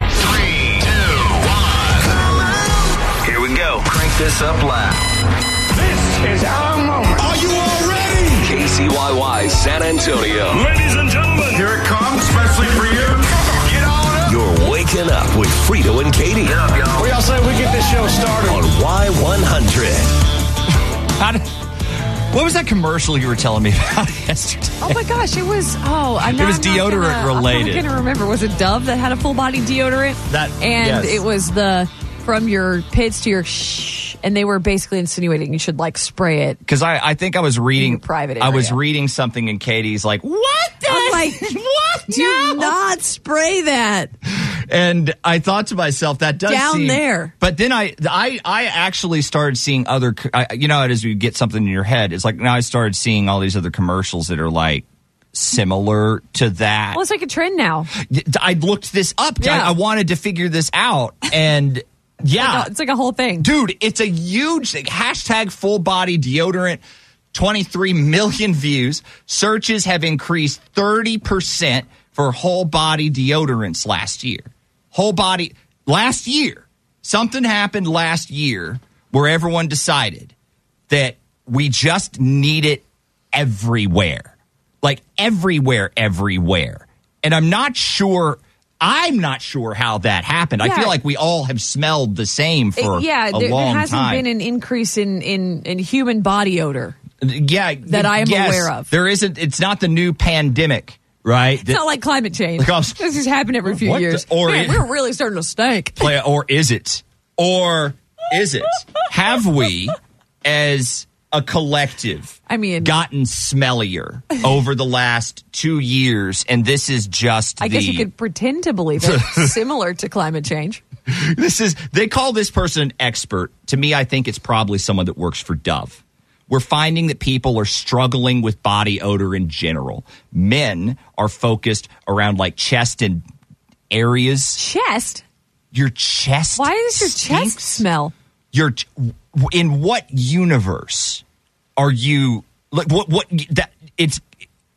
Three, two, one. Here we go. Crank this up loud. This is our moment. Are you all ready? KCYY San Antonio. Ladies and gentlemen, here it comes, especially for you. Get on up. You're waking up with Frito and Katie We all say we get this show started. on Y100. How did- what was that commercial you were telling me about yesterday? Oh my gosh, it was oh, I'm not, was I'm not deodorant gonna, related. I'm not gonna remember. Was it Dove that had a full body deodorant? That- and yes. it was the from your pits to your shh, and they were basically insinuating you should like spray it. Because I, I think I was reading Your private I was area. reading something and Katie's like, what? the-" I'm like, what? Do not spray that. And I thought to myself, that does Down seem- there. But then I, I, I actually started seeing other. c I you know, how it is you get something in your head. It's like now I started seeing all these other commercials that are like similar to that. Well, it's like a trend now. I looked this up. I- Yeah. I, wanted to figure this out, and yeah, It's like a whole thing. dude it's a huge thing hashtag full body deodorant 23 million views searches have increased 30% for whole body deodorants last year whole body last year something happened last year where everyone decided that we just need it everywhere like everywhere everywhere and i'm not sure i'm not sure how that happened i Yeah. feel like we all have smelled the same It- for yeah, a there, there long hasn't time. been an increase in, in in human body odor. yeah, that I am yes, aware of. There isn't. It's not the new pandemic, right? It's not like climate change. Like, I'm- this has happened every few What the- years. or Man, it- we're really starting to stink. play, or is it? Or is it? Have we, as a collective, I mean- gotten smellier over the last two years? And this is just. I the, guess you could pretend to believe it, similar to climate change. this is they call this person an expert to me i think it's probably someone that works for dove we're finding that people are struggling with body odor in general men are focused around like chest and areas Chest. your chest Why does your chest stinks? smell? your ch- in what universe are you like what what that it's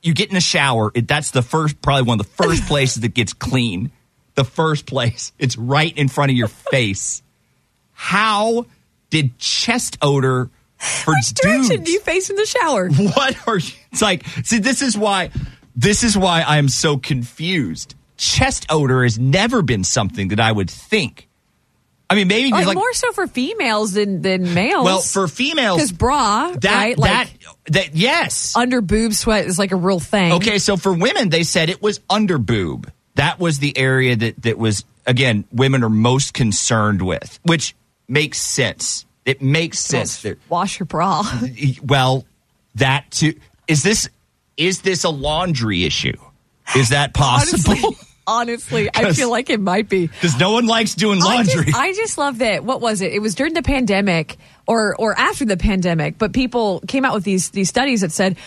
you get in a shower it, that's the first probably one of the first places that gets clean the first place it's right in front of your face how did chest odor for Direction dudes you face in the shower. what are you it's like see this is why this is why i'm so confused chest odor has never been something that i would think i mean maybe Like, like Oh, more so for females than than males. well, for females, because bra, that right? Like that that yes. under boob sweat is like a real thing. Okay, so for women, they said it was under boob. That was the area that that was again women are most concerned with, which makes sense. It makes sense. That, Wash your bra. well, that too is this is this a laundry issue? Is that honestly, possible? honestly, I 'Cause- feel like it might be. Because no one likes doing I just- laundry. I just, love that. What was it? It was during the pandemic or or after the pandemic, but people came out with these these studies that said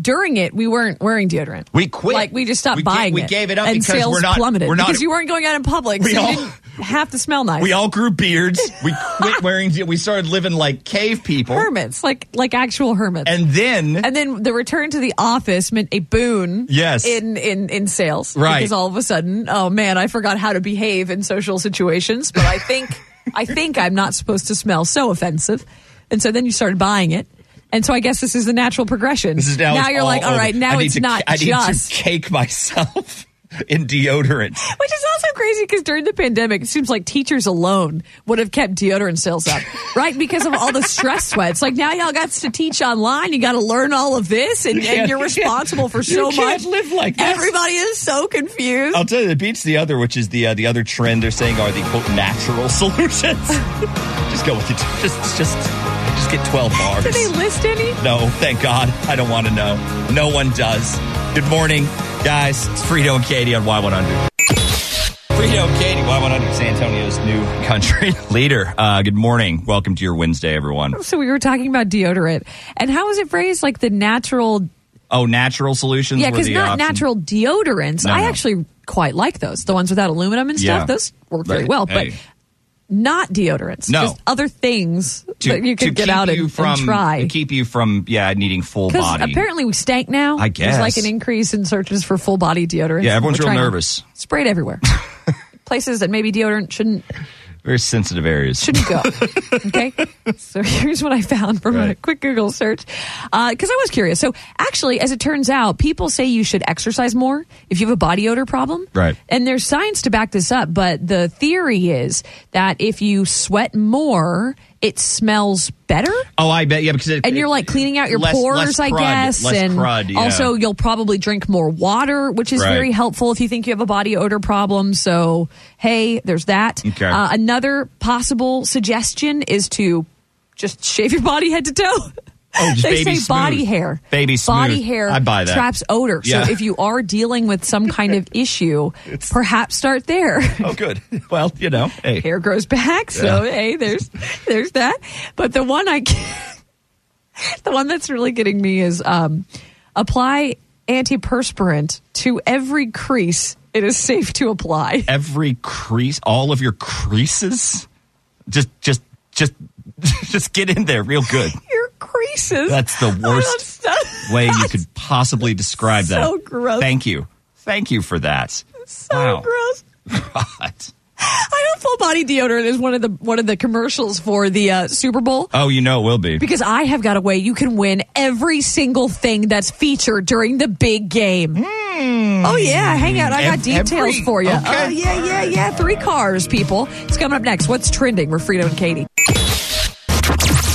during it we weren't wearing deodorant. We quit. Like we just stopped We ga- buying we it. gave it up and because sales we're not- plummeted we're not- because you weren't going out in public, We so all- you didn't have to smell nice. we all grew beards. We quit wearing. We started living like cave people. hermits, like like actual hermits. And then And then the return to the office meant a boon Yes. in, in, in sales. Right. Because all of a sudden, oh man, I forgot how to behave in social situations, but I think I think I'm not supposed to smell so offensive. And so then you started buying it. And so I guess this is the natural progression. This is now, it's you're like, all over. right, I now need it's to- not I need just to cake myself in deodorant. which is also crazy because during the pandemic, it seems like teachers alone would have kept deodorant sales up, right? Because of all the stress sweats. Like now, y'all got to teach online. You got to learn all of this, and, and you're you can't- responsible for you so can't much. live like this. Everybody is so confused. I'll tell you, it beats the other, which is the uh, the other trend they're saying are the quote natural solutions. just go with it. Just just just get twelve bars. Did they list any? no, thank God, I don't want to know. No one does. Good morning, guys. It's Frito and Katie on Y one hundred. Frito Antonio Katie, Y100, San Antonio's new country leader. Uh, good morning. Welcome to your Wednesday, everyone. So we were talking about deodorant, and how is it phrased? Like the natural, Oh, natural solutions. yeah, were because the not option. natural deodorants. No, I no. actually quite like those, the ones without aluminum and stuff. Yeah. Those work very Right. well, but Hey. not deodorants. No. just other things To- that you to could get keep out and, you and from, try. To keep you from, yeah, needing full Because body. apparently we stank now. I There's guess. like an increase in searches for full body deodorant. Yeah, everyone's We're real trying to nervous. Spray it everywhere. Places that maybe deodorant shouldn't Very sensitive areas. shouldn't go. okay. So here's what I found from a Right. quick Google search because I was curious. So actually, as it turns out, people say you should exercise more if you have a body odor problem. Right. And there's science to back this up, but the theory is that if you sweat more, it smells better. oh, I bet. Yeah, because it, And you're like cleaning out your less- pores, less I crud, guess. less and crud, yeah. also, you'll probably drink more water, which is Right. very helpful if you think you have a body odor problem. So, hey, there's that. Okay. Uh, another possible suggestion is to just shave your body head to toe. Oh, just they baby say smooth. body hair. Baby Body smooth. hair I buy that. traps odor. Yeah. So if you are dealing with some kind of issue, perhaps start there. Oh, good. Well, you know, hey. hair grows back. So hey, there's there's that. But the one I the one that's really getting me is um, apply antiperspirant to every crease. It is safe to apply. every crease, all of your creases, just just just just get in there real good. Your creases. That's the are not worst stuff- way you could possibly describe that. So gross. Thank you, thank you for that. So wow. gross. God. I know full body deodorant is one of the one of the commercials for the uh, Super Bowl. Oh, you know it will be. because I have got a way you can win every single thing that's featured during the big game. Oh yeah, hang out. I got Hmm. Ev- details every- for you. okay. Oh yeah, yeah, yeah. Three cars, people. It's coming up next. What's trending? We're Frito and Katie.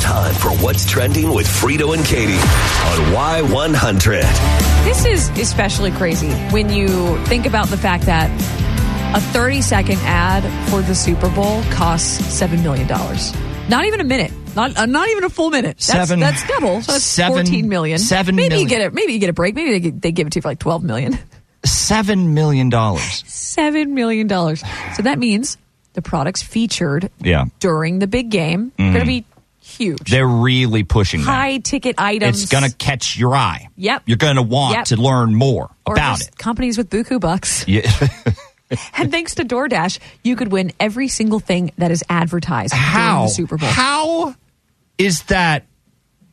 Time for What's Trending with Frito and Katie on Y100. This is especially crazy when you think about the fact that a 30 second ad for the Super Bowl costs seven million dollars. Not even a minute. Not uh, not even a full minute. That's, Seven- That's double. So that's seven- fourteen million. seven Maybe million. you get it. Maybe you get a break. Maybe they, gi- they give it to you for like twelve million. Seven million dollars. seven million dollars. So that means the products featured Yeah. during the big game are going to be huge, Mm. They're really pushing high ticket that. items. It's gonna catch your eye. Yep. You're gonna want Yep. to learn more or about just it. Companies with buku bucks, Yeah. and thanks to DoorDash, you could win every single thing that is advertised during How? the Super Bowl. How is that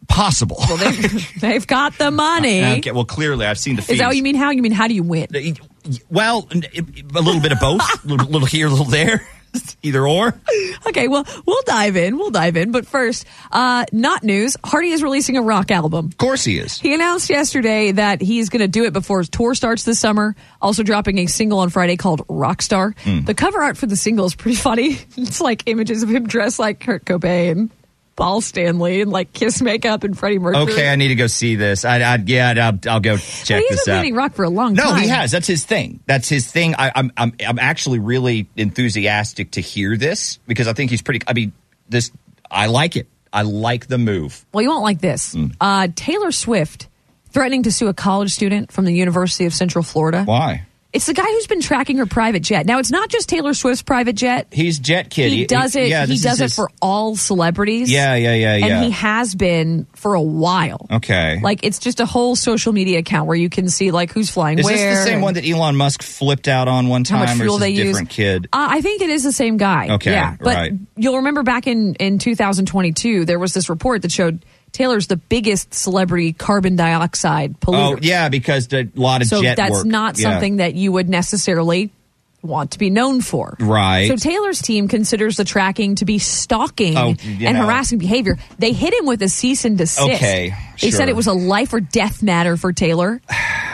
possible? They've got the money. okay, well, clearly I've seen the. Is fees. that what you mean? How you mean? How do you win? Well, n- a little bit of both, a little, little here, a little there, either or. Okay, well, we'll dive in. We'll dive in. But first, uh, not news. Hardy is releasing a rock album. Of course, he is. He announced yesterday that he's going to do it before his tour starts this summer. Also dropping a single on Friday called Rockstar. Hmm. The cover art for the single is pretty funny. It's like images of him dressed like Kurt Cobain, Paul Stanley, and like Kiss makeup and Freddie Mercury. Okay, I need to go see this. I, I yeah, I'll, I'll go But check he's this been out. playing rock for a long No, time. he has. That's his thing. That's his thing. I, I'm I'm I'm actually really enthusiastic to hear this because I think he's pretty. I mean, this I like it. I like the move. Well, you won't like this. Hmm. Uh, Taylor Swift threatening to sue a college student from the University of Central Florida. Why? It's the guy who's been tracking her private jet. Now, it's not just Taylor Swift's private jet. He's Jet Kid. he does it. yeah, he this is does it his- for all celebrities. Yeah, yeah, yeah, yeah. And he has been for a while. Okay. Like it's just a whole social media account where you can see like who's flying Is where. this the same and one that Elon Musk flipped out on one time, how much or fuel is this they a different use? kid? Uh, I think it is the same guy. Okay, yeah, but right. you'll remember back in in 2022 there was this report that showed Taylor's the biggest celebrity carbon dioxide polluter. Oh yeah, because a lot of So jet that's work. not Yeah. something that you would necessarily want to be known for. Right. So Taylor's team considers the tracking to be stalking Oh, you and know. harassing behavior. They hit him with a cease and desist. Okay, They sure. said it was a life or death matter for Taylor.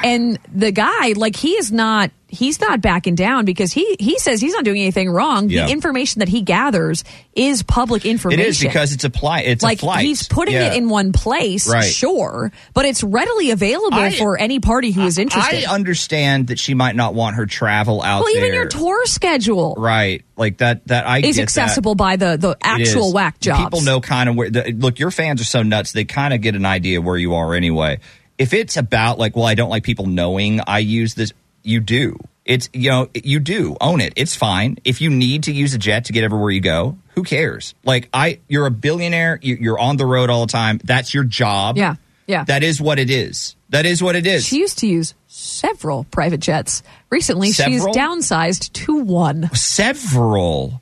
and the guy, like he is not he's not backing down because he he says he's not doing anything wrong. Yeah. The information that he gathers is public It information. is because it's a pli- It's like a flight. he's putting Yeah. it in one place, Right. sure, but it's readily available I- for any party who is interested. I understand that she might not want her travel out well, there. even your tour schedule right? Like that. That I is get accessible That. by the the It is. actual whack jobs. People know kind of where. The, look, your fans are so nuts; they kind of get an idea where you are anyway. If it's about like, well, I don't like people knowing I use this, you do. It's you know you do own it. It's fine if you need to use a jet to get everywhere you go. Who cares? Like I, you're a billionaire. You, you're on the road all the time. That's your job. Yeah, yeah. That is what it is. That is what it is. She used to use several private jets. Recently, Several? she's downsized to one. Several.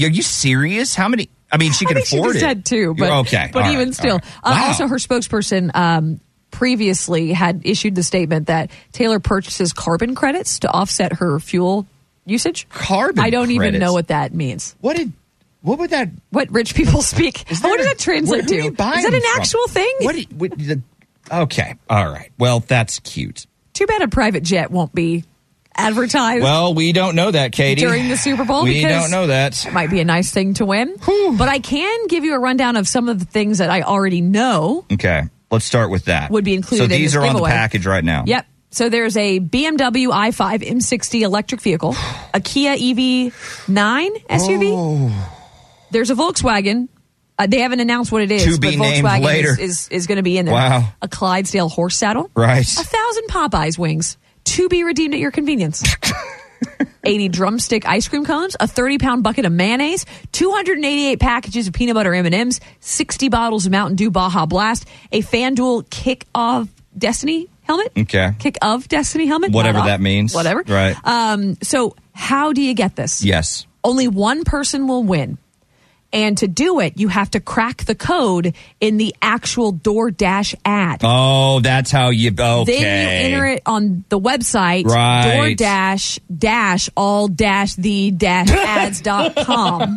Are you serious? How many? I mean, she can I think afford she just it. had two, but You're- okay, But all right, even all still, right. uh, Wow. also her spokesperson um, previously had issued the statement that Taylor purchases carbon credits to offset her fuel usage. Carbon I don't even credits? know what that means. What did? What would that? What rich people speak? Is what does a- that translate who do to? you Is buy that them an from? actual thing? What? do you- what the, okay. All right. Well, that's cute. Too bad a private jet won't be advertised. Well, we don't know that, Katie. During the Super Bowl, we because- don't know that. might be a nice thing to win. But I can give you a rundown of some of the things that I already know. Okay, let's start with that. Would be included So in this these are on the giveaway. package right now. Yep. So there's a BMW i5 M60 electric vehicle, a Kia E EV9 SUV. Oh. There's a Volkswagen. Uh, they haven't announced what it is, To but be named Volkswagen later. is, is, is going to be in there. Wow. A Clydesdale horse saddle. Right. A thousand Popeyes wings to be redeemed at your convenience. 80 drumstick ice cream cones, a 30 pound bucket of mayonnaise, 288 packages of peanut butter M&Ms, 60 bottles of Mountain Dew Baja Blast, a FanDuel Kick of Destiny helmet. Okay. Kick of Destiny helmet. Whatever not that off, means. Whatever. Right. Um, so how do you get this? Yes. Only one person will win. And to do it, you have to crack the code in the actual DoorDash ad. Oh, that's how you. Okay. Then you enter it on the website, Right. DoorDash dash all dash the dash ads.com.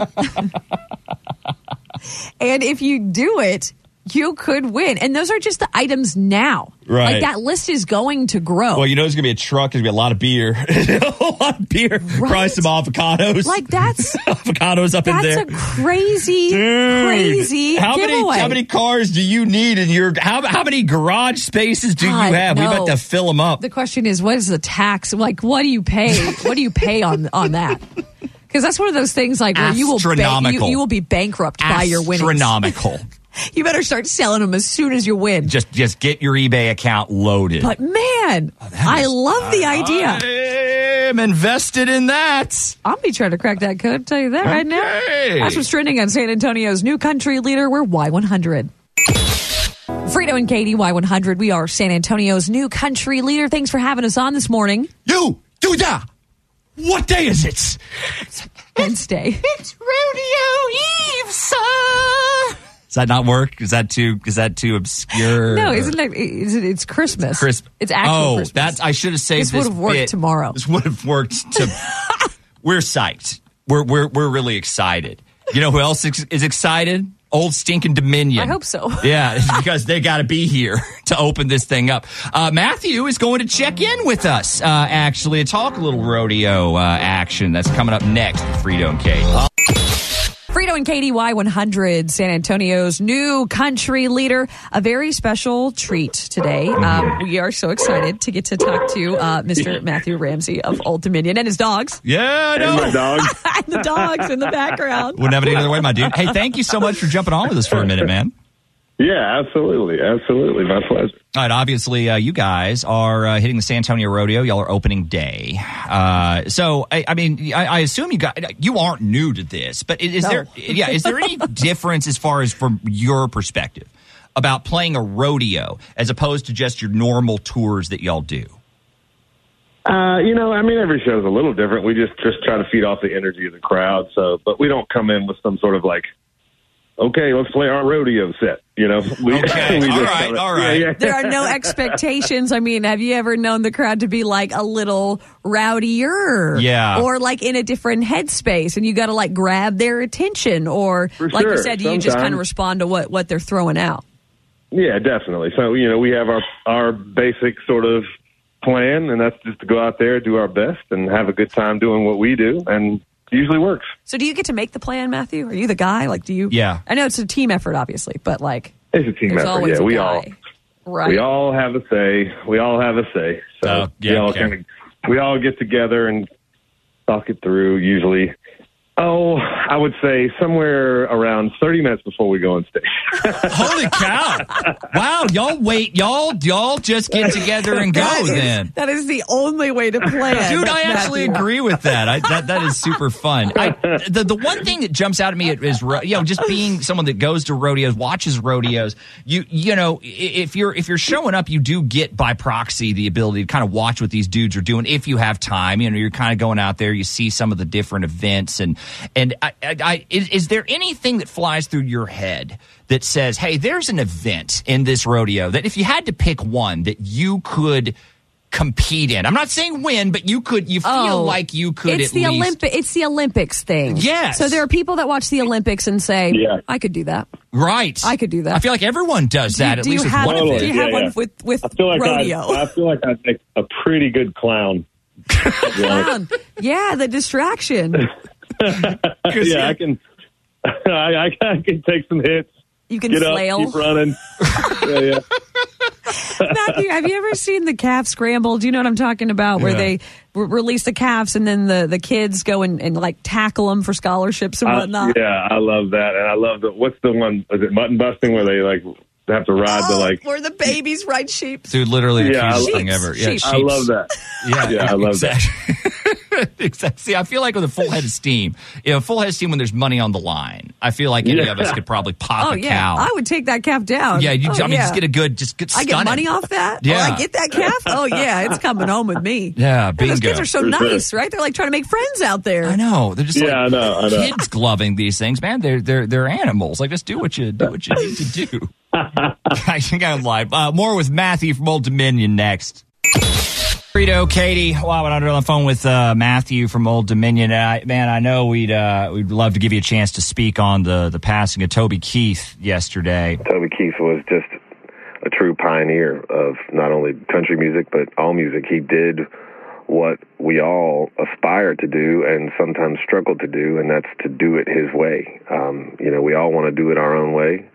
and if you do it, you could win. And those are just the items now. Right. Like that list is going to grow. Well, you know, there's gonna be a truck. There's gonna be a lot of beer. a lot of beer. Probably Right. some avocados. like that's avocados up in that's there. a crazy, Dude, crazy How giveaway. many how many cars do you need in your how how many garage spaces do God, you have? We no. about to fill them up. the question is what is the tax like what do you pay what do you pay on on that because that's one of those things like where you will ba- you, Astronomical. you will be bankrupt by your winnings Astronomical. you better start selling them as soon as you win just just get your eBay account loaded. but man Oh, i love the idea I'm invested in that. i'll be trying to crack that code tell you that right now Okay. that's what's trending on san antonio's new country leader we're y100 Frito and Katie, Y100. We are San Antonio's new country leader. Thanks for having us on this morning, You do that. What day is it? Wednesday. It's rodeo eve, sir. Does that not work? Is that too? Is that too obscure? No, isn't that? Is it, it's Christmas. It's Crisp. It's actual oh, Christmas. that's I should have saved This this. would've worked bit. tomorrow. This would have worked. To we're psyched. We're we're we're really excited. You know who else is, is excited? Old stinking Dominion. I hope so. Yeah, it's because they got to be here to open this thing up. Uh, Matthew is going to check in with us, uh, actually, to talk a little rodeo uh, action that's coming up next with Frito and Kate. Frito and Katie Y100, San Antonio's new country leader. A very special treat today. Um, we are so excited to get to talk to uh, Mr. Matthew Ramsey of Old Dominion and his dogs. yeah, I know. my dog. and the dogs in the background. Wouldn't have it either way, my dude. Hey, thank you so much for jumping on with us for a minute, man. Yeah, absolutely, absolutely, my pleasure. All right, obviously, uh, you guys are uh, hitting the San Antonio Rodeo. Y'all are opening day. Uh, so, I, I mean, I, I assume you got you aren't new to this, but is No. there yeah is there any difference as far as from your perspective about playing a rodeo as opposed to just your normal tours that y'all do? Uh, you know, I mean, every show is a little different. We just just try to feed off the energy of the crowd. So, but we don't come in with some sort of like, okay, let's play our rodeo set. You know, we, Okay, all right, kinda- all right. Yeah, yeah. There are no expectations. I mean, have you ever known the crowd to be like a little rowdier? Yeah. Or like in a different headspace and you got to like grab their attention or For like you sure. said, you just Sometimes. kind of respond to what, what they're throwing out. yeah, definitely. So, you know, we have our our basic sort of plan, and that's just to go out there, do our best, and have a good time doing what we do, and it usually works. So do you get to make the plan, Matthew? Are you the guy? Like, do you? Yeah. I know it's a team effort, obviously, but like, It's a team there's effort. always a Yeah, we guy. all Right. We all have a say. We all have a say. So Oh, yeah, we all okay. kind of we all get together and talk it through. Usually, Oh, I would say somewhere around 30 minutes before we go on stage. Holy cow! wow, y'all wait, y'all, y'all just get together and go then. That is the only way to plan. Dude, I actually Matthew. agree with that. I, that that is super fun. I, the the one thing that jumps out at me is ro- you know just being someone that goes to rodeos, watches rodeos. You you know i- if you're if you're showing up, you do get by proxy the ability to kind of watch what these dudes are doing if you have time. You know, you're kind of going out there, you see some of the different events, and and I, I, I is, is there anything that flies through your head? That says, hey, there's an event in this rodeo that if you had to pick one that you could compete in. I'm not saying win, but you could. You feel Oh, like you could. It's at the least. Olympic. It's the Olympics thing. Yes. So there are people that watch the Olympics and say, Yeah. "I could do that." right? I could do that. I feel like everyone does that. do at you least with have, one Totally, do you event. have yeah, one yeah. with with I feel like I'd, rodeo? I feel like I'd make a pretty good clown. Um, yeah, the distraction. yeah, I can. I, I can take some hits. You can Get up, flail. keep running. yeah, yeah. Matthew, have you ever seen the calf scramble? Do you know what I'm talking about? Where they re- release the calves and then the, the kids go and, and like tackle them for scholarships and I, whatnot. Uh, yeah, I love that, and I love the. What's the one? Is it mutton busting where they like have to ride the like? where Oh, the babies ride sheep. Dude, literally the Yeah, I cutest love- thing ever. Yeah, Sheeps. I love that. Yeah, Yeah, I love that. that. exactly. See, I feel like with a full head of steam, you know, full head of steam when there's money on the line. I feel like any Yeah. of us could probably pop Oh a yeah, cow. I would take that calf down. yeah, you, Oh, I mean, just yeah. get a good, just get I stunning. get money off that. Oh, Yeah. I get that calf. Oh yeah, it's coming home with me. Yeah, And Those bingo. kids are so For sure. nice, right? They're like trying to make friends out there. I know they're just Yeah, like I know, I know. kids gloving these things, man. They're they're they're animals. Like just do what you do what you need to do. I think I'm live. Uh, more with Matthew from Old Dominion next. Frito, Katie, wow, when I was on the phone with uh, Matthew from Old Dominion, and I, man, I know we'd uh, we'd love to give you a chance to speak on the the passing of Toby Keith yesterday. Toby Keith was just a true pioneer of not only country music but all music. He did what we all aspire to do and sometimes struggle to do, and that's to do it his way. Um, you know, we all want to do it our own way,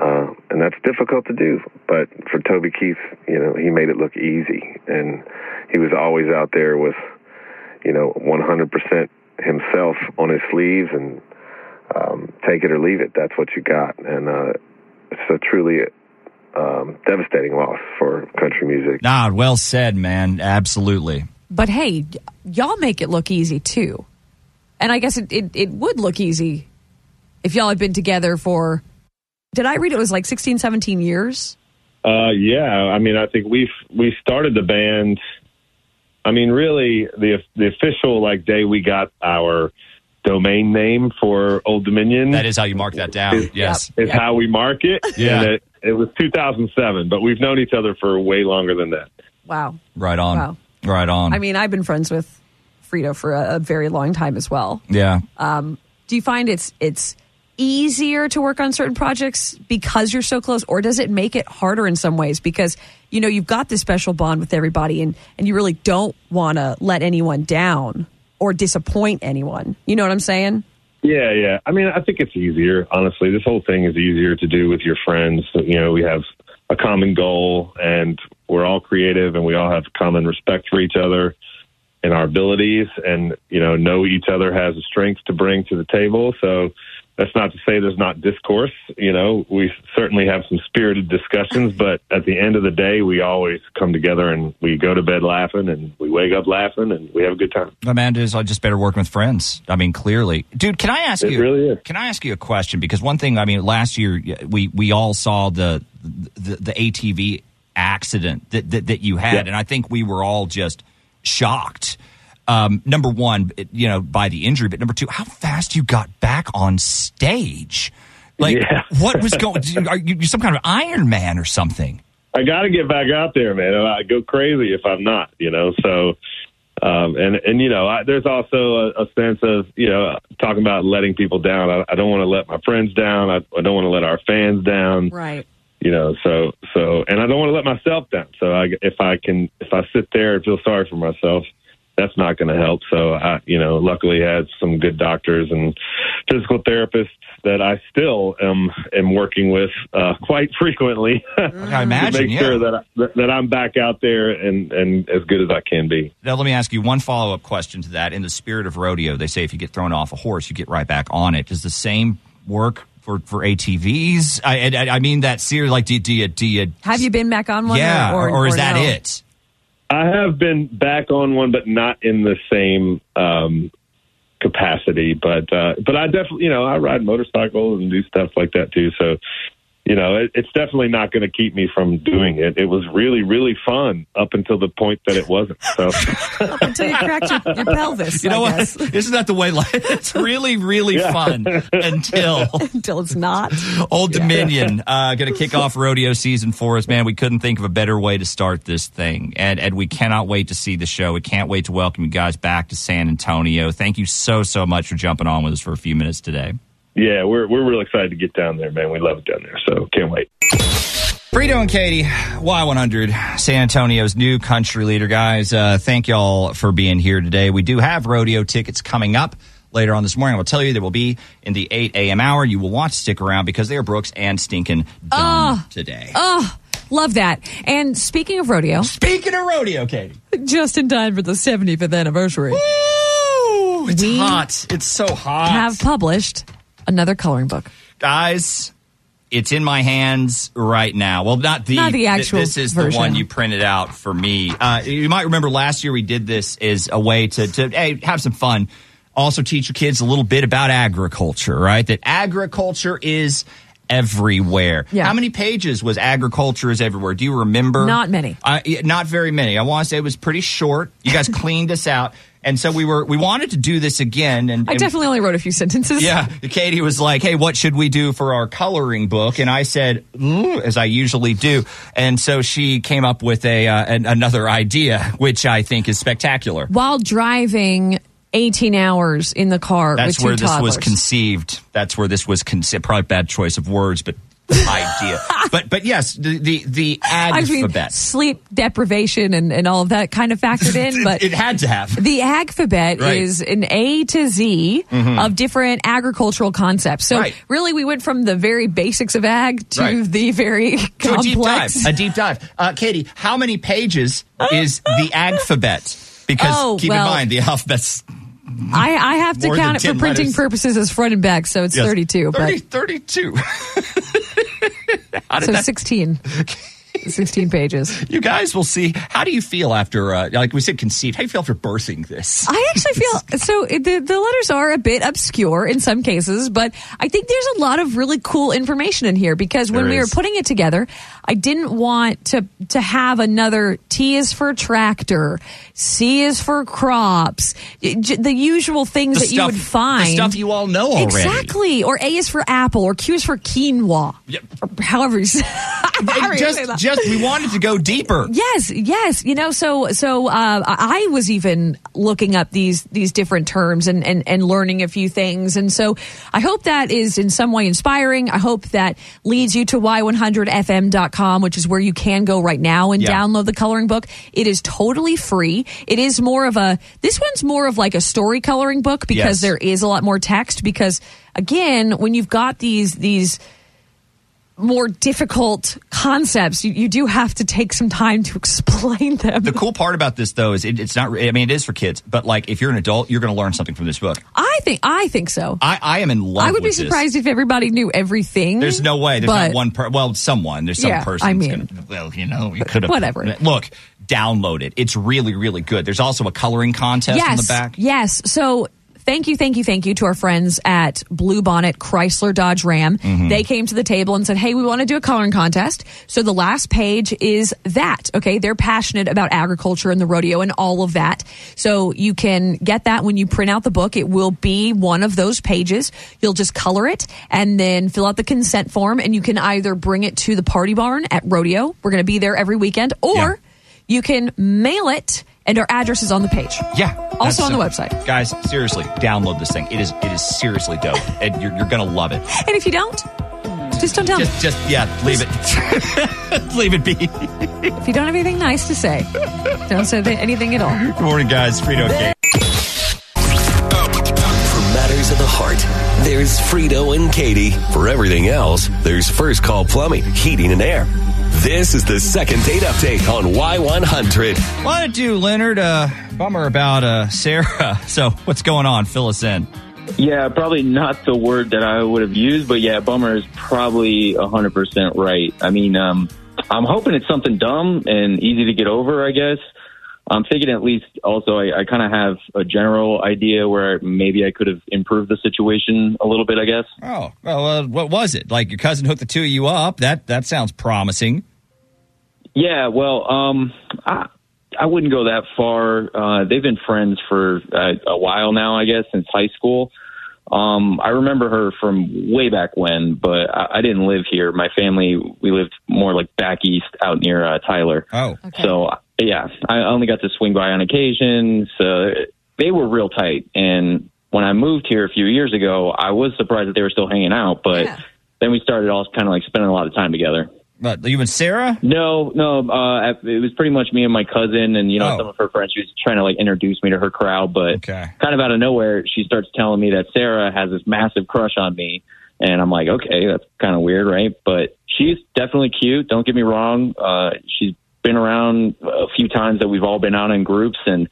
uh, and that's difficult to do. But for Toby Keith, you know, he made it look easy, and he was always out there with, you know, 100% himself on his sleeves and um, take it or leave it. That's what you got, and uh, it's a truly um, devastating loss for country music. Nah, well said, man. Absolutely. But hey, y- y'all make it look easy too. And I guess it, it, it would look easy if y'all had been together for, did I read it was like 16, 17 years? Uh, yeah, I mean, I think we've we started the band. I mean, really, the the official like day we got our domain name for Old Dominion That is how you mark that down. Yes. is how we mark it. Yeah. and it, it was 2007, but we've known each other for way longer than that. Wow. Right on. Wow. Right on. I mean, I've been friends with Frito for a, a very long time as well. yeah. Um, Do you find it's, it's easier to work on certain projects because you're so close or does it make it harder in some ways because you know you've got this special bond with everybody and, and you really don't want to let anyone down or disappoint anyone. You know what I'm saying? Yeah, yeah. I mean, I think it's easier, honestly. This whole thing is easier to do with your friends. You know, we have a common goal and we're all creative and we all have common respect for each other and our abilities and, you know, know each other has a strength to bring to the table. So that's not to say there's not discourse. You know, we certainly have some spirited discussions, but at the end of the day, we always come together and we go to bed laughing and we wake up laughing and we have a good time. Amanda's I just better working with friends. I mean, clearly, dude. Can I ask It you? really is. Can I ask you a question? Because one thing, I mean, last year y- we we all saw the the, the ATV accident that that, that you had, and I think we were all just shocked. Um, number one, it- you know, by the injury, but number two, how fast you got back on stage. Like, Yeah. what was going? Are you you're some kind of Iron Man or something? I got to get back out there, man. I go crazy if I'm not, you know. So, um, and and you know, I, there's also a, a sense of you know talking about letting people down. I, I don't want to let my friends down. I, I don't want to let our fans down. Right. You know, so so, and I don't want to let myself down. So, I, if I can, if I sit there and feel sorry for myself, that's not going to help. So I, you know, luckily had some good doctors and physical therapists that I still am am working with uh, quite frequently I to imagine. make yeah. sure that I, that I'm back out there and and as good as I can be. Now, let me ask you one follow up question to that. In the spirit of rodeo, they say if you get thrown off a horse, you get right back on it. Does the same work for, for ATVs? I, I, I mean, that serious, like, do, do you, do you, Have you been back on one? yeah, or, or, is that no? it? I have been back on one, but not in the same um, capacity. But uh, but I definitely, you know, I ride motorcycles and do stuff like that too. So you know, it, it's definitely not going to keep me from doing it. It was really really fun up until the point that it wasn't. So Until you cracked your, your pelvis. You know I what? guess. Isn't that the way life? It's really, really fun until Until it's not. Old Dominion uh, going to kick off rodeo season for us, man. We couldn't think of a better way to start this thing, and and we cannot wait to see the show. We can't wait to welcome you guys back to San Antonio. Thank you so so much for jumping on with us for a few minutes today. yeah, we're we're real excited to get down there, man. We love it down there, so can't wait. Frito and Katie, Y100, San Antonio's new country leader. Guys, uh, thank y'all for being here today. We do have rodeo tickets coming up later on this morning. I will tell you they will be in the 8 a.m. hour. You will want to stick around because they are Brooks and Stinkin' done today. Oh, Love that. And speaking of rodeo, Speaking of rodeo, Katie. just in time for the 75th anniversary, Ooh, it's We hot. It's so hot. have published another coloring book. Guys, it's in my hands right now. Well, not the, Not the actual This is the version. one you printed out for me. Uh, you might remember last year we did this as a way to, to hey have some fun. Also teach your kids a little bit about agriculture, right? That agriculture is everywhere. Yeah. How many pages was agriculture is everywhere? Do you remember? Not many. I- yeah, not very many. I want to say it was pretty short. You guys cleaned us out, and so we were we wanted to do this again. And I and- definitely only wrote a few sentences. yeah, Katie was like, "Hey, what should we do for our coloring book?" And I said, "Ooh," "As I usually do." And so she came up with a uh, an, another idea, which I think is spectacular. While driving 18 hours in the car That's with where two this was toddlers. conceived. That's where this was conceived. Probably bad choice of words, but the idea. But but yes, the the, the I mean, alphabet. sleep deprivation and, and all of that kind of factored in, but it had to have. The alphabet Right. Mm-hmm. is an A to Z of different agricultural concepts. So Right. really, we went from the very basics of ag to Right. the very To a deep dive. complex. A deep dive. Uh, Katie, how many pages is the alphabet? Because Oh, keep well- in mind, the alphabet's I, I have to More than count it for 10 printing letters. purposes as front and back, so it's Yes. 32, 30, 32. How but did so that- 16, 16 pages. you guys will see. How do you feel after, uh, like we said, conceived? How do you feel after birthing this? I actually feel so. it- The, the letters are a bit obscure in some cases, but I think there's a lot of really cool information in here because when There we is. were putting it together, I didn't want to to have another T is for tractor, C is for crops, y- j- the usual things The that you would find. the stuff you all know already. Exactly. Or A is for apple, or Q is for quinoa. Yep. Or however you say however you And say just, that. just, we wanted to go deeper. Yes, yes. You know, so so uh, I I was even looking up these these different terms and, and and learning a few things, and so I hope that is in some way inspiring. I hope that leads you to y100fm.com, which is where you can go right now and Yeah. download the coloring book. It is totally free. It is more of a this one's more of like a story coloring book because Yes. there is a lot more text. Because again, when you've got these these more difficult concepts, you, you do have to take some time to explain them. The cool part about this, though, is it, it's not, I mean, it is for kids, but like if you're an adult, you're going to learn something from this book. I think I think so. I, I am in love I would be with this. surprised if everybody knew everything. There's no way. There's but not one. Per- well, someone. There's some Yeah, person. I that's mean- gonna, well, you know, you could have. whatever. Look, download it. It's really, really good. There's also a coloring contest Yes, on the back. yes. So. Thank you, thank you, thank you to our friends at Blue Bonnet Chrysler Dodge Ram. Mm-hmm. They came to the table and said, "Hey, we want to do a coloring contest." So the last page is that. Okay, they're passionate about agriculture and the rodeo and all of that. So you can get that when you print out the book. It will be one of those pages. You'll just color it and then fill out the consent form, and you can either bring it to the party barn at rodeo. We're going to be there every weekend, or Yeah. you can mail it, and our address is on the page. Yeah. Also on the that's- website. Guys, seriously, download this thing. It is it is seriously dope. and you're, you're gonna love it. And if you don't, Just don't tell me. Just, just yeah, leave it. leave it be. Good If you don't have anything nice to say, don't say th- anything at all. morning, guys. Frito Kate. For matters of the heart, there's Frito and Katie. For everything else, there's First Call Plumbing, Heating and Air. This is the second date update on Y100. Want to do Leonard uh, bummer about uh, Sarah? So what's going on? Fill us in. Yeah, probably not the word that I would have used, but yeah, bummer is probably 100% right. I mean, um, I'm hoping it's something dumb and easy to get over, I guess. I'm thinking at least also I, I kind of have a general idea where maybe I could have improved the situation a little bit, I guess. Oh, well, uh, what was it? Like your cousin hooked the two of you up? That that sounds promising. Yeah, well, um, I, I wouldn't go that far. Uh, they've been friends for uh, a while now, I guess, since high school. Um, I remember her from way back when, but I, I didn't live here. My family, we lived more like back east out near uh, Tyler. Oh, So, uh, yeah, I only got to swing by on occasion. So they were real tight. And when I moved here a few years ago, I was surprised that they were still hanging out, but Yeah. then we started all kind of like spending a lot of time together. but you and Sarah? No, no. Uh, it was pretty much me and my cousin, and you know Oh. some of her friends. She was trying to like introduce me to her crowd, but Okay. kind of out of nowhere, she starts telling me that Sarah has this massive crush on me, and I'm like, okay, that's kind of weird, right? But she's definitely cute. Don't get me wrong. Uh, she's been around a few times that we've all been out in groups, and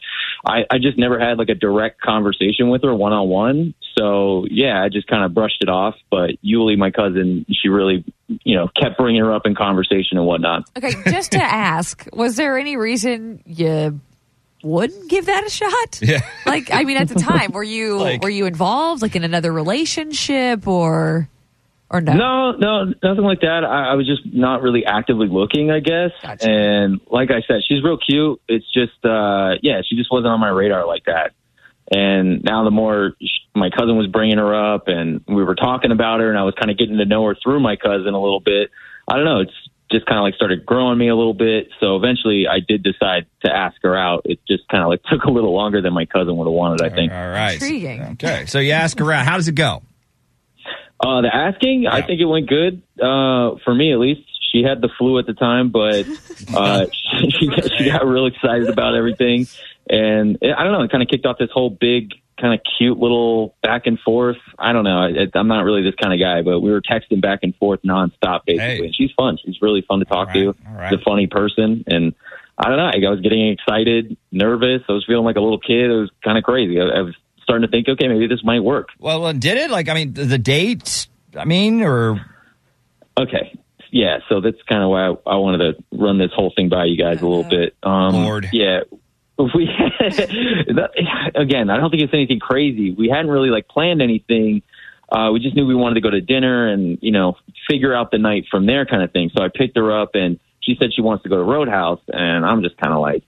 I, I just never had like a direct conversation with her one on one. So yeah, I just kind of brushed it off. But Yuli, my cousin, she really, you know, kept bringing her up in conversation and whatnot. Okay, just to ask, was there any reason you wouldn't give that a shot? Yeah. Like, I mean, at the time, were you Like- were you involved, like in another relationship, or or no? No, no, nothing like that. I, I was just not really actively looking, I guess. Gotcha. And like I said, she's real cute. It's just, uh, yeah, she just wasn't on my radar like that. And now the more sh my cousin was bringing her up and we were talking about her and I was kind of getting to know her through my cousin a little bit. I don't know. It's just kind of like started growing me a little bit. So eventually I did decide to ask her out. It just kind of like took a little longer than my cousin would have wanted, I think. All right. Intriguing. Okay. So you ask around. How does it go? Uh, the asking, I think it went good uh, for me at least. She had the flu at the time, but uh, she, she, got, she got real excited about everything, and it, I don't know. It kind of kicked off this whole big, kind of cute little back and forth. I don't know. I, it, I'm not really this kind of guy, but we were texting back and forth nonstop, basically. Hey. And she's fun. She's really fun to talk All to. right, all right. She's a funny person, and I don't know. I was getting excited, nervous. I was feeling like a little kid. It was kind of crazy. I, I was starting to think, okay, maybe this might work. Well, uh, did it? Like, I mean, the, the date. I mean, or Okay. Yeah, so that's kind of why I, I wanted to run this whole thing by you guys a little bit. Um, Uh-huh. Lord. Yeah. We that- again, I don't think it's anything crazy. We hadn't really like planned anything. Uh, we just knew we wanted to go to dinner and you know figure out the night from there, kind of thing. So I picked her up, and she said she wants to go to Roadhouse, and I'm just kind of like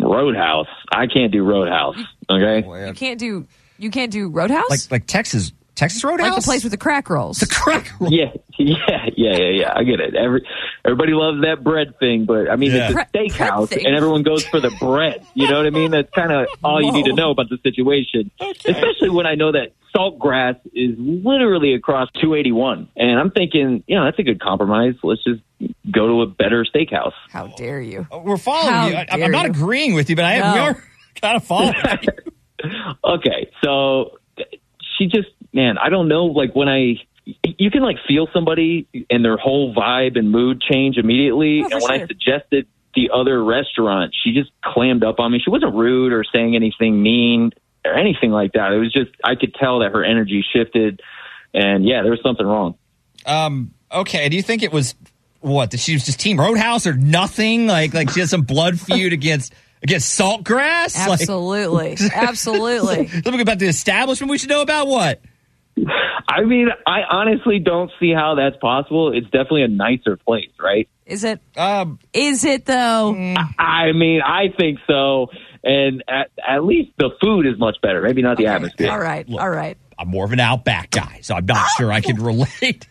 Roadhouse. I can't do Roadhouse. Okay. You can't do you can't do Roadhouse, like like Texas Texas Roadhouse? Like the place with the crack rolls. crack. Yeah, yeah, yeah, yeah, yeah. I get it. Every everybody loves that bread thing, but I mean, Yeah. it's Bread- a bread steakhouse, thing. and everyone goes for the bread. You know what I mean? That's kind of all you need to Whoa. know about the situation, especially when I know that saltgrass is literally across 281, and I'm thinking, you know, that's a good compromise. Let's just go to a better steakhouse. How dare you? Uh, We're following How you. I, I'm dare not you. agreeing with you, but I am. We No. are kind of following. you. Okay, so she just man, I don't know. Like when I, you can like feel somebody and their whole vibe and mood change immediately. Oh, for and when sure. I suggested the other restaurant, she just clammed up on me. She wasn't rude or saying anything mean or anything like that. It was just I could tell that her energy shifted, and yeah, there was something wrong. Um. Okay. Do you think it was what? That she was just Team Roadhouse or nothing? Like like she had some blood feud against against Saltgrass? Like, Absolutely, absolutely. something about the establishment we should know about? What? I mean, I honestly don't see how that's possible. It's definitely a nicer place, right? Is it? Um. Mm. Is it though? I mean, I think so. And at, at least the food is much better. Maybe not the atmosphere. All right, all right. I'm more of an outback guy, so I'm not sure I can relate.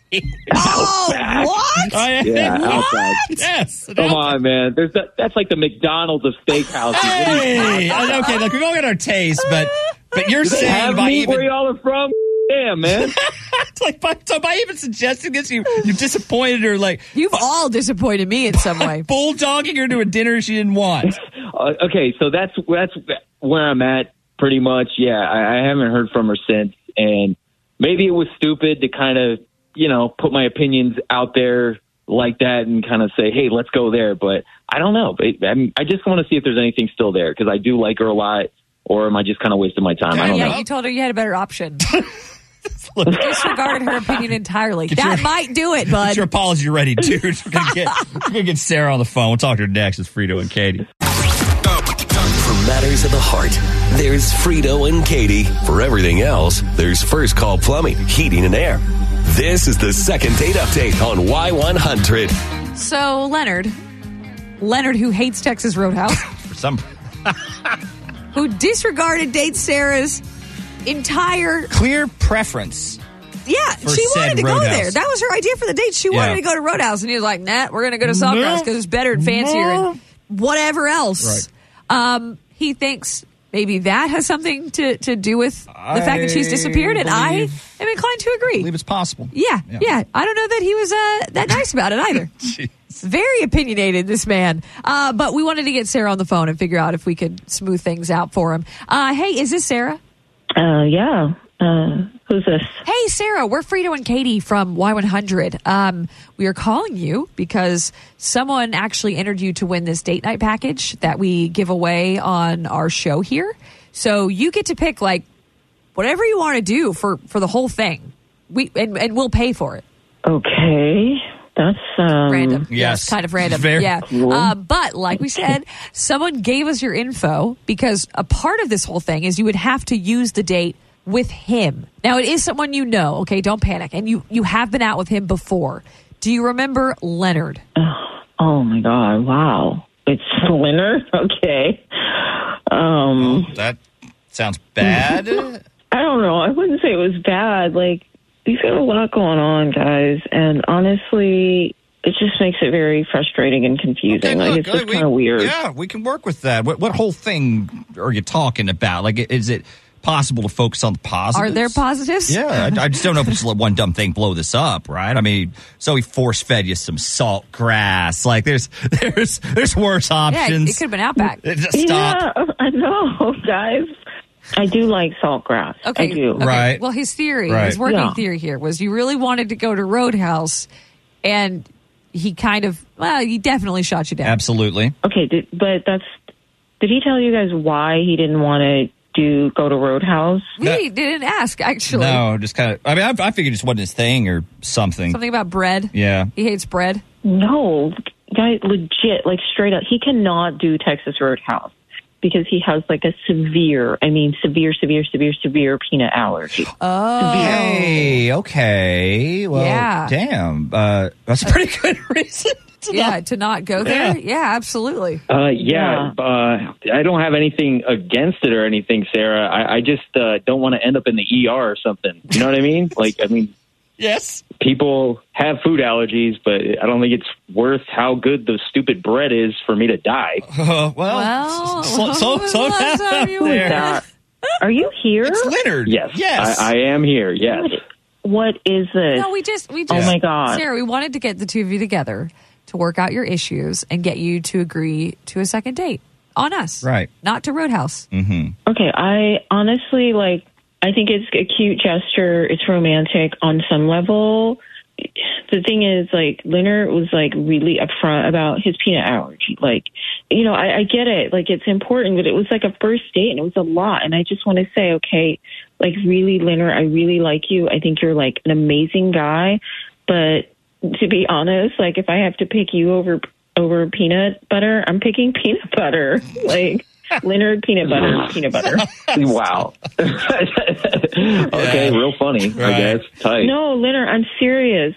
Oh, what? I- Yeah, Outback. Oh Yes. an Come on, man. There's that, that's like the McDonald's of steakhouses. Hey! okay, look, we all got our taste, but but you're Do they saying have by meat even where y'all are from? damn, man. It's like, by, so by even suggesting this, you you disappointed her, like You've all disappointed me in some way. bulldogging her to a dinner she didn't want. Uh, okay, so that's that's where I'm at pretty much. Yeah, I, I haven't heard from her since, and maybe it was stupid to kind of you know put my opinions out there like that and kind of say, hey, let's go there. But I don't know. It, I'm, I just want to see if there's anything still there because I do like her a lot. Or am I just kind of wasting my time? Um, I don't Yeah, know. you told her you had a better option. Disregarded her opinion entirely. that might do it, bud. It's your apology ready, dude. We're gonna get we're gonna get Sarah on the phone. We'll talk to her next. It's Frito and Katie. For matters of the heart, there's Frito and Katie. For everything else, there's First Call Plumbing, Heating, and Air. This is the second date update on Y100. So Leonard, Leonard who hates Texas Roadhouse, For some who disregarded date Sarah's entire clear preference. yeah, she said wanted to go Roadhouse. there. That was her idea for the date. She Yeah. wanted to go to Roadhouse, and he was like, "Nah, we're gonna go to Sawgrass because it's better and fancier and whatever else." Um, he thinks maybe that has something to to do with the fact that she's I disappeared, and I believe- am inclined to agree. I believe it's possible. Yeah, yeah, I don't know that he was uh, that nice about it either. Very opinionated, this man. Uh, but we wanted to get Sarah on the phone and figure out if we could smooth things out for him. Uh, hey, is this Sarah? Uh, yeah. Uh, who's this? Hey, Sarah, we're Frito and Katie from Y100. Um, we are calling you because someone actually entered you to win this date night package that we give away on our show here. So you get to pick like whatever you want to do for for the whole thing. We and, and we'll pay for it. Okay. That's um, random. Yeah, Yes. it's kind of random. Very yeah. Uh, but like we said, someone gave us your info because a part of this whole thing is you would have to use the date with him. Now it is someone you know. Okay, don't panic. And you you have been out with him before. Do you remember Leonard? Oh my god! Wow. It's Leonard. Okay. Um, That sounds bad. I don't know. I wouldn't say it was bad. Like you've got a lot going on, guys, and honestly, it just makes it very frustrating and confusing. Okay, like look, it's just we- kind of weird. Yeah, we can work with that. What, what whole thing are you talking about? Like, is it possible to focus on the Are positives? there positives? Yeah, I, I just don't know if it's let one dumb thing blow this up, right? I mean, so he force fed you some salt grass. Like, there's there's there's worse Yeah, it options. could have been Outback. It just stop. Yeah, I know, guys. I do like salt grass. Okay. I do. okay. Right. Well, his theory, Right. his working Yeah. theory here was you really wanted to go to Roadhouse and he kind of, well, he definitely shot you down. Absolutely. Okay, did, but that's. Did he tell you guys why he didn't want to do go to Roadhouse? We didn't ask, actually. No, just kind of. I mean, I, I figured it just wasn't his thing or something. Something about bread. Yeah. He hates bread. No, guy, legit, like straight up, he cannot do Texas Roadhouse because he has like a severe, I mean, severe, severe, severe, severe peanut allergy. Oh. Hey, okay. Well, Yeah. damn. Uh, that's a pretty good reason. to yeah, not- to not go there. Yeah, absolutely. Uh, yeah, Uh, I don't have anything against it or anything, Sarah. I, I just uh, don't want to end up in the ER or something. You know what I mean? Like, I mean, Yes. people have food allergies, but I don't think it's worth how good the stupid bread is for me to die. Oh, Uh, well, Well, s- slow, slow, when slow was the down last time you there. went out? Are you here? It's Leonard. Yes, Yes. I, I am here. Yes, What is this? No, we just we oh just my god! Sarah, we wanted to get the two of you together to work out your issues and get you to agree to a second date on us. Right. Mm-hmm. Not to Roadhouse. Okay, I honestly like. I think it's a cute gesture. It's romantic on some level. The thing is, like Leonard was like really upfront about his peanut allergy. Like, you know, I, I get it. Like, it's important, but it was like a first date, and it was a lot. And I just want to say, okay, like really, Leonard, I really like you. I think you're like an amazing guy, but to be honest, like if I have to pick you over over peanut butter, I'm picking peanut butter. Like Leonard peanut butter, peanut butter. wow. okay, real funny. Right. I guess. Tight. No, Leonard, I'm serious.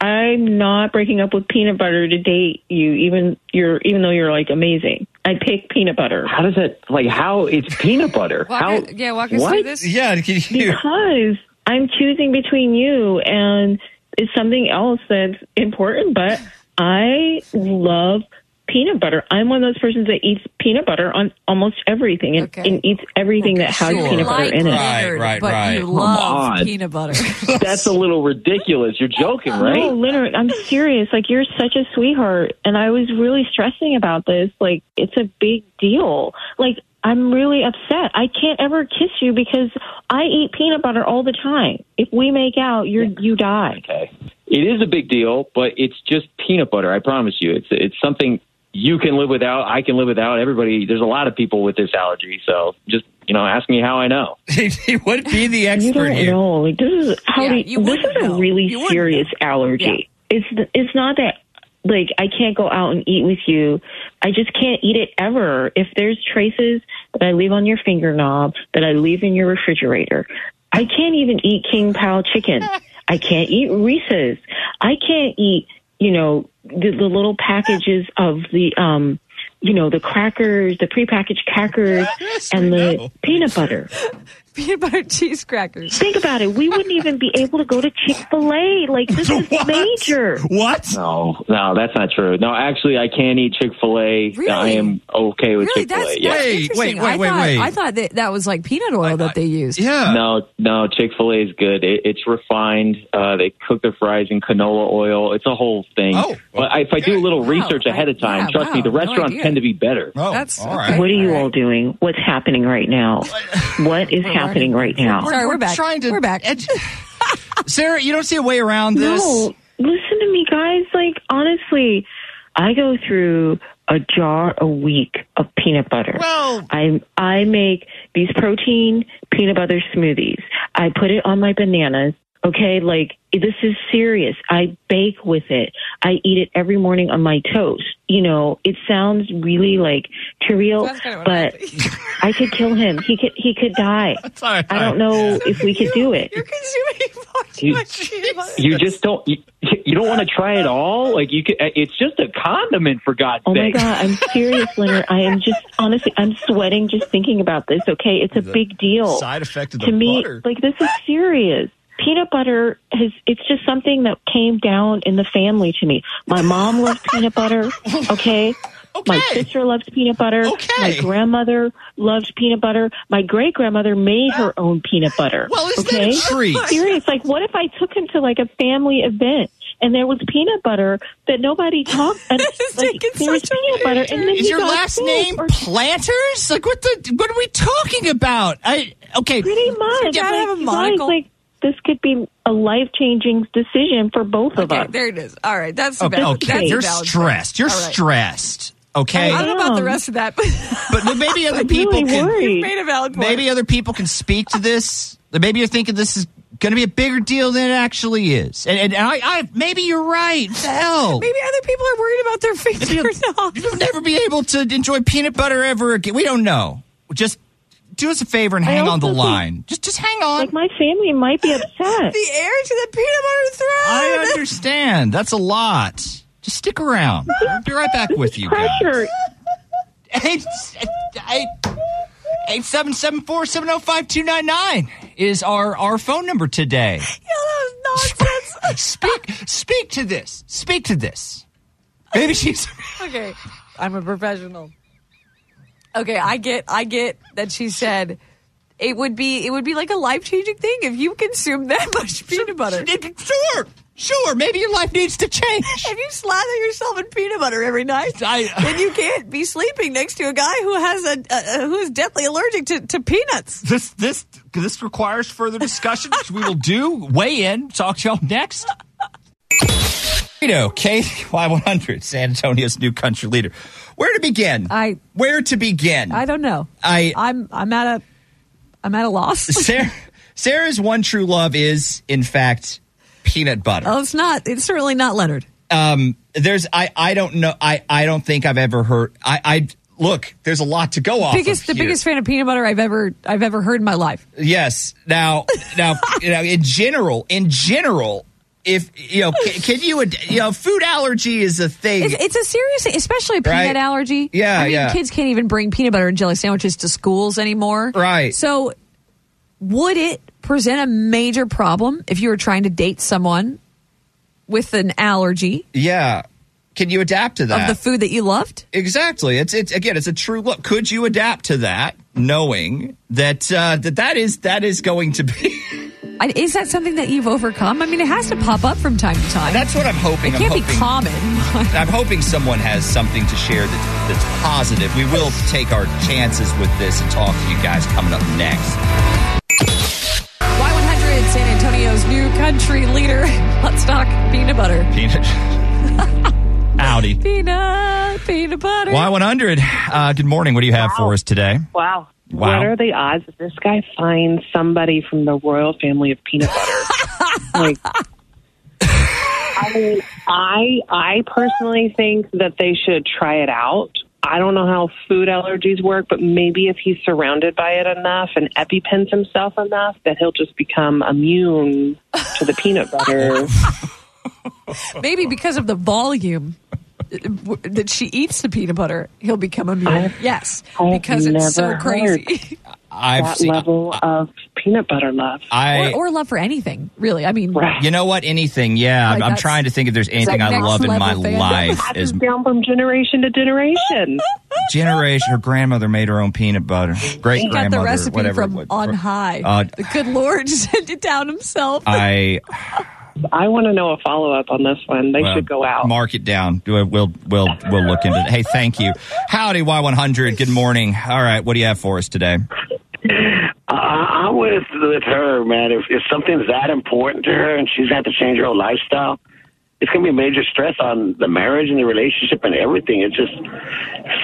I'm not breaking up with peanut butter to date you, even you're even though you're like amazing. I pick peanut butter. How does that like? How it's peanut butter? Walk how? us- yeah, walk us what? through this. Yeah. Can you, Because I'm choosing between you and it's something else that's important, but I love peanut butter. I'm one of those persons that eats peanut butter on almost everything and, Okay. and eats everything that has You peanut butter like in it. Right, Leonard, right, but right. you Come love on. peanut butter. That's a little ridiculous. You're joking, No, right? Leonard, I'm serious. Like you're such a sweetheart, and I was really stressing about this. Like it's a big deal. Like I'm really upset. I can't ever kiss you because I eat peanut butter all the time. If we make out, you're you die. Okay. It is a big deal, but it's just peanut butter. I promise you, it's it's something you can live without. I can live without. Everybody, there's a lot of people with this allergy, so just you know, ask me how I know. he would be the You expert don't here. know. Like this is how Yeah, do you this wouldn't is a know. really You wouldn't serious allergy. It's it's not that like I can't go out and eat with you. I just can't eat it ever. If there's traces that I leave on your fingerknob, that I leave in your refrigerator, I can't even eat King Pao chicken. I can't eat Reese's. I can't eat you know the, the little packages of the um you know the crackers, the prepackaged crackers, and the peanut butter. peanut butter cheese crackers. Think about it. We wouldn't even be able to go to Chick Fil A. Like this is What? major. What? No, no, that's not true. No, actually, I can eat Chick Fil A. Really? I am okay with Really, Chick Fil that's, A. Yeah. that's Wait, interesting. wait, wait, I wait, thought, wait. I thought that that was like peanut oil that they used. Yeah. No, no, Chick Fil A is good. It, it's refined. Uh, they cook their fries in canola oil. It's a whole thing. Oh, but I, if I do a little Wow. research ahead of time, Yeah, trust me, wow. the No restaurants idea. tend to be better. Oh, That's- all right. okay. What are you all doing? What's happening right now? What is happening right now? Sorry, we're back. Trying to We're back. edu- Sarah, you don't see a way around this. No, listen to me, guys. Like honestly, I go through a jar a week of peanut butter. Well- I I make these protein peanut butter smoothies. I put it on my bananas. Okay, like this is serious. I bake with it. I eat it every morning on my toast. You know, it sounds really like trivial, That's kinda what I but I could kill him. He could he could die. all I don't know if we could do it. You're consuming far too You- much peanut butter. You just don't. You, you don't want to try it all. Like you, could, uh, it's just a condiment for God's Oh my sake. God, I'm serious, Leonard. I am just honestly, I'm sweating just thinking about this. Okay, it's a big deal Side effect of the to me. butter. Like this is serious. Peanut butter has it's just something that came down in the family to me. My mom loves peanut butter. Okay. My Okay. sister loves peanut butter. Okay. My grandmother loves peanut butter. My great grandmother made her own peanut butter. Well, isn't that okay? a treat? Serious. Like, what if I took him to like a family event and there was peanut butter that nobody talked? And is like, taking there was such a peanut butter, and then Is he your got last sick name or Planters? Like what the? What are we talking about? I okay. pretty much. gotta have a you guys, monocle. like, this could be a life changing decision for both of Okay, us. there it is. All right, that's the Okay, best. okay. That's the You're valid stressed. You're All right. stressed. Okay, I don't know about the rest of that, but but but maybe other I'm people really can. worried. made a valid point. Maybe other people can speak to this. Maybe you're thinking this is going to be a bigger deal than it actually is. And, and I, I, maybe you're right. What the hell? Maybe other people are worried about their fingernails. You'll never be able to enjoy peanut butter ever again. We don't know. Just do us a favor and hang on the also think- line. Just just hang on. Like, my family might be upset. The air to the peanut butter throat. I understand. That's a lot. Just stick around. We'll be right back with you guys. Pressure. oh, 877-470-5299 is our, our phone number today. Yeah, that was nonsense. speak speak to this. Speak to this. Maybe she's okay, I'm a professional. Okay, I get, I get that she said it would be, it would be like a life changing thing if you consume that much peanut butter. sure. Sure, maybe your life needs to change. If you slather yourself in peanut butter every night, I- then you can't be sleeping next to a guy who has a, a, a who is deathly allergic to, to peanuts. this this this requires further discussion, which we will do. Weigh in, talk to y'all next. Rito, KY100, San Antonio's new country leader. Where to begin? I- where to begin? I don't know. I- I'm I'm at a I'm at a loss. Sarah, Sarah's one true love is, in fact, peanut butter. oh, it's not. It's certainly not Leonard. um there's i i don't know i i don't think i've ever heard i i look there's a lot to go off biggest of the here. biggest fan of peanut butter I've ever I've ever heard in my life. yes now now you know in general in general if you know can, can you ad- you know food allergy is a thing It's, it's a serious, especially a peanut Right. allergy. Yeah, I mean, yeah. Kids can't even bring peanut butter and jelly sandwiches to schools anymore. Right. So, would it present a major problem if you were trying to date someone with an allergy? yeah Can you adapt to that? of the food that you loved? Exactly. It's it's again. It's a true look. Could you adapt to that, knowing that uh, that that is that is going to be? I, is that something that you've overcome? I mean, it has to pop up from time to time. That's what I'm hoping. it can't I'm be hoping, common. I'm hoping someone has something to share that, that's positive. We will take our chances with this and talk to you guys coming up next. Y100, San Antonio's new country leader. Let's talk peanut butter. Peanut. Audi. Peanut, peanut butter. Y100. Uh, good morning. What do you have for us today? Wow. Wow. What are the odds that this guy finds somebody from the royal family of peanut butter? like, I mean, I I personally think that they should try it out. I don't know how food allergies work, but maybe if he's surrounded by it enough and epipens himself enough, that he'll just become immune to the peanut butter. Maybe because of the volume uh, w- that she eats the peanut butter, he'll become immune. Yes, I've because it's so never crazy. I've that level of peanut butter love. I. or, or love for anything, really. I mean, Right. you know what? Anything. Yeah. I'm- I'm that's- trying to think if there's anything like I next love in level my fandom. life. Passes Is down from generation to generation. generation. Her grandmother made her own peanut butter. Great he got grandmother. the recipe whatever. from what- on high. Uh, the good Lord sent it down himself. I I want to know a follow up on this one. They well, should go out. Mark it down. Do I- We'll we'll we'll look into it. Hey, thank you. Howdy, Y100. Good morning. All right, what do you have for us today? I, Uh, I'm with with her, man. If, if something's that important to her and she's going to have to change her whole lifestyle, it's going to be major stress on the marriage and the relationship and everything. It's just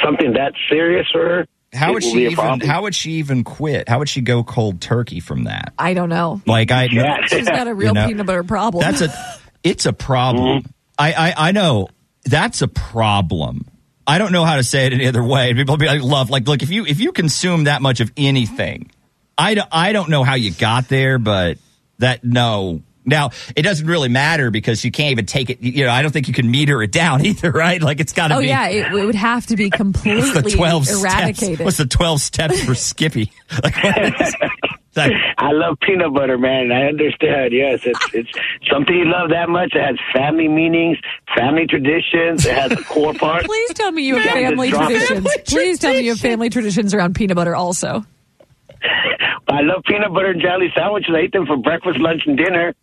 something that serious for her. How it would will be she a even? problem. How would she even quit? How would she go cold turkey from that? I don't know. Like I, Yeah. She's got a real You know, peanut butter Mm-hmm. problem. that's a, it's a problem. I, I I know that's a problem. I don't know how to say it any other way. People be like, love, like, look, if you if you consume that much of anything, I don't, I don't know how you got there, but that no. Now it doesn't really matter because you can't even take it. You know, I don't think you can meter it down either, right? Like it's got to oh, be. yeah, it, it would have to be completely What's the twelve eradicated. steps? What's the twelve steps for Skippy? Like, what is, like, I love peanut butter, man. I understand. Yes, it's it's something you love that much. It has family meanings, family traditions. It has a core part. Please tell me you have Family family drama. traditions. Please tell me you have family traditions around peanut butter also. I love peanut butter and jelly sandwiches. I eat them for breakfast, lunch, and dinner.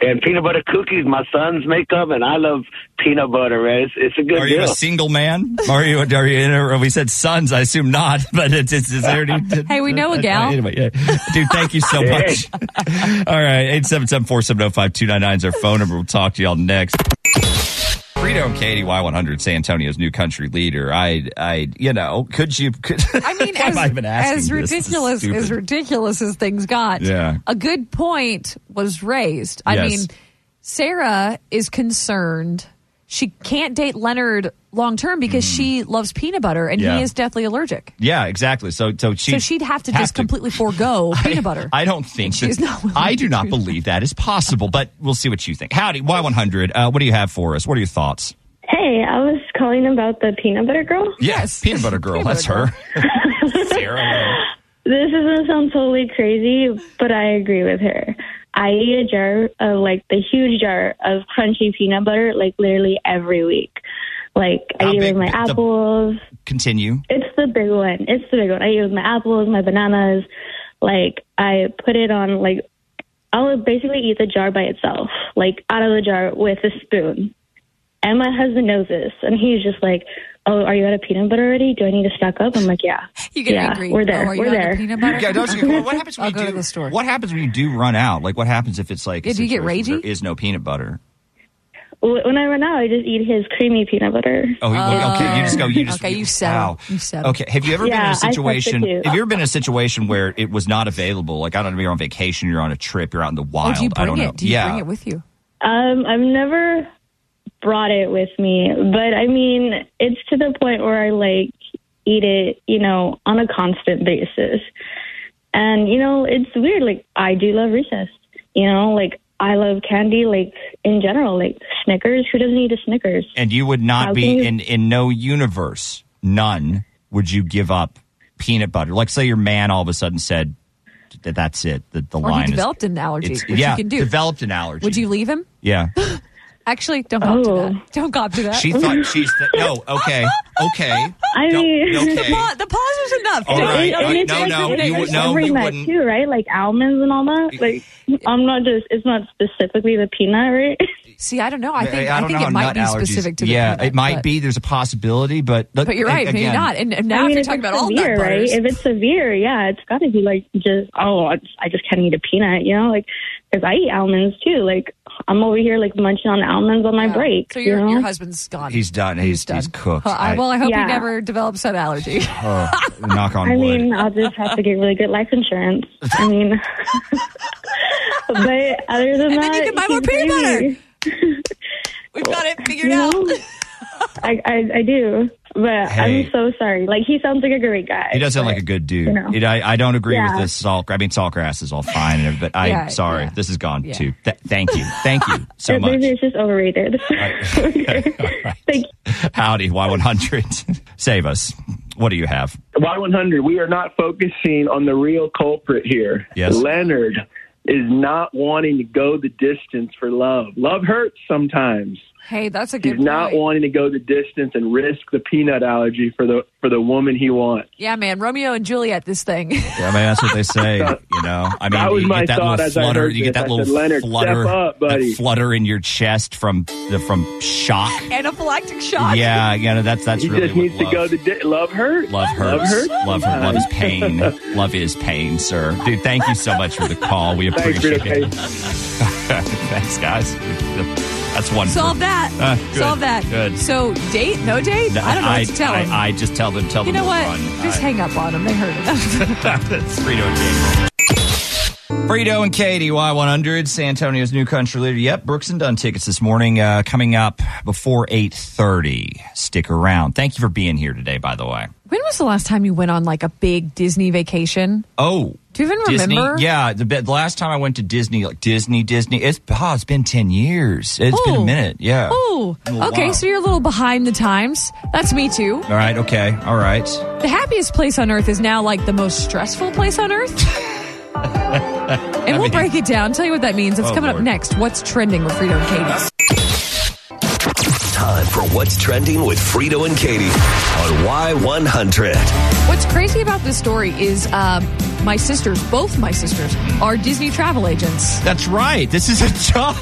And peanut butter cookies. My sons make them, and I love peanut butter. Man, it's, it's a good Are you deal. a single man? Are you? Are you? In a, we said sons. I assume not. But it's. it's is there any, Hey, we know a gal. Anyway, yeah. dude. Thank you so much. All right, eight seven seven four seven zero five two nine nine is our phone number. We'll talk to y'all next. Frito and Katie Y one hundred San Antonio's new country leader. I I you know could you? Could, I mean, why am as, I even asking as this? This is ridiculous stupid. as ridiculous as things got, Yeah. a good point was raised. I Yes. mean, Sarah is concerned. She can't date Leonard long term because she loves peanut butter and Hmm. Yeah. he is deathly allergic. Yeah, exactly. So so she So she'd have to just completely forego peanut butter. I don't think she's that- not willing I do to not do believe that is possible, but we'll see what you think. Howdy, Y one hundred. Uh, what do you have for us? What are your thoughts? Hey, I was calling about the peanut butter girl. Yes, peanut butter girl. that's her. Sarah. This doesn't sound totally crazy, but I agree with her. I eat a jar of like the huge jar of crunchy peanut butter like literally every week. Like I How eat it big with my the- apples. Continue. It's the big one. It's the big one. I eat it with my apples, my bananas. Like I put it on like I'll basically eat the jar by itself, like out of the jar with a spoon. And my husband knows this, and he's just like, "Oh, are you out of peanut butter already? Do I need to stock up?" I'm like, "Yeah." you get yeah, angry. we're there. Oh, are you We're out of there. Peanut butter. Yeah, don't you, what happens when I'll you go do, to the store. What happens when you do run out? Like, what happens if it's like? a Yeah, do you get situation where ragey? There is no peanut butter. Wh- When I run out, I just eat his creamy peanut butter. Oh, you- well, okay. You just go. You just Okay, you settle. Wow. You settle. Okay. Have you ever been in Yeah, a I situation? substitute. Have you ever been in a situation where it was not available? Like, I don't know. You're on vacation. You're on a trip. You're out in the Or wild. Oh, do you I bring don't know. it? Do you yeah. bring it with you? Um, I've never brought it with me, but I mean, it's to the point where I like eat it, you know, on a constant basis. And you know, it's weird. Like I do love recess. You know, like I love candy. Like in general, like Snickers. Who doesn't eat a Snickers? and you would not How be can you- in in no universe, none would you give up peanut butter. Like, say your man all of a sudden said, that "That's it. The, the Or line he is." developed an allergy, it's- which yeah, you can do. developed an allergy. Would you leave him? Yeah. Actually, don't go up to that. Don't go up to that. She thought she's the, no. Okay, okay. I mean- okay. the, pause, the pause was enough. All Don't- right, don't- uh, no, no, you would- no, every you nut wouldn't. too, right? Like almonds and all that. Like I'm not just. It's not specifically the peanut, right? See, I don't know. I think I, don't think know, it might nut be allergies. specific to the yeah, peanut, it might but- be. There's a possibility, but look, But you're right, again, maybe not. And, and now I mean, if if you're talking it's about all nut severe, right? butters, If it's severe, yeah, it's got to be like just oh, I just, I just can't eat a peanut, you know? Like because I eat almonds too. Like I'm over here like munching on almonds on my break. so you your know? your husband's gone. He's done. He's he's, cooked. Uh, I, well, I hope Yeah. he never develops an allergy. oh, knock on I wood. mean, I'll just have to get really good life insurance. I mean, but other And than that, then you can buy more he's peanut crazy. We've got it figured You out. know? I, I I do, but Hey. I'm so sorry. Like he sounds like a great guy. He does sound like a good dude. you know. It- I, I don't agree Yeah. with this salt. I mean, saltgrass is all fine, and everything, but I'm Yeah, sorry, yeah. this has gone Yeah. too. Th- thank you, thank you so Maybe much. it's just overrated. Howdy, Y100, save us. What do you have? Y100, we are not focusing on the real culprit here. Yes. Leonard is not wanting to go the distance for love. Love hurts sometimes. Hey, that's a He's good not point. wanting to go the distance and risk the peanut allergy for the for the woman he wants. Yeah, man, Romeo and Juliet, this thing. Yeah, I mean, that's what they say. You know, I mean, That was you my get that thought little as I flutter. heard You get this. that I little said, "Leonard, step flutter, up, that buddy." flutter in your chest from the from shock. Anaphylactic shock. Yeah, yeah, no, that's that's he really just what needs to love- go the di- love hurts. Love hurts. Love hurts. Love hurt. Love is pain. love is pain, sir. Dude, thank you so much for the call. We Thanks, appreciate Rita. it. Thanks, guys. That's one. for- Solve that. Uh, good, Solve that. Good. So date? No date? I don't know what to tell I, him. I just tell them. Tell you know them. to what? run. Just I- hang up on them. They heard enough. That's Frito and Katie. Frito and Katie, Y100, San Antonio's new country leader. Yep, Brooks and Dunn tickets this morning uh, coming up before 8.30. Stick around. Thank you for being here today, by the way. When was the last time you went on like a big Disney vacation? Oh. Do you even Disney, remember? yeah. The, the last time I went to Disney, like Disney, Disney, it's oh, it's been ten years. It's been a Oh. minute. Yeah. Oh, A little okay. while. So you're a little behind the times. That's me too. All right. Okay. All right. The happiest place on earth is now like the most stressful place on earth. and we'll break it down, tell you what that means. It's Oh, coming Lord. up next. What's trending with Frito and Katie? Time for What's Trending with Frito and Katie on Y100. What's crazy about this story is um, my sisters, both my sisters, are Disney travel agents. That's right. This is a job.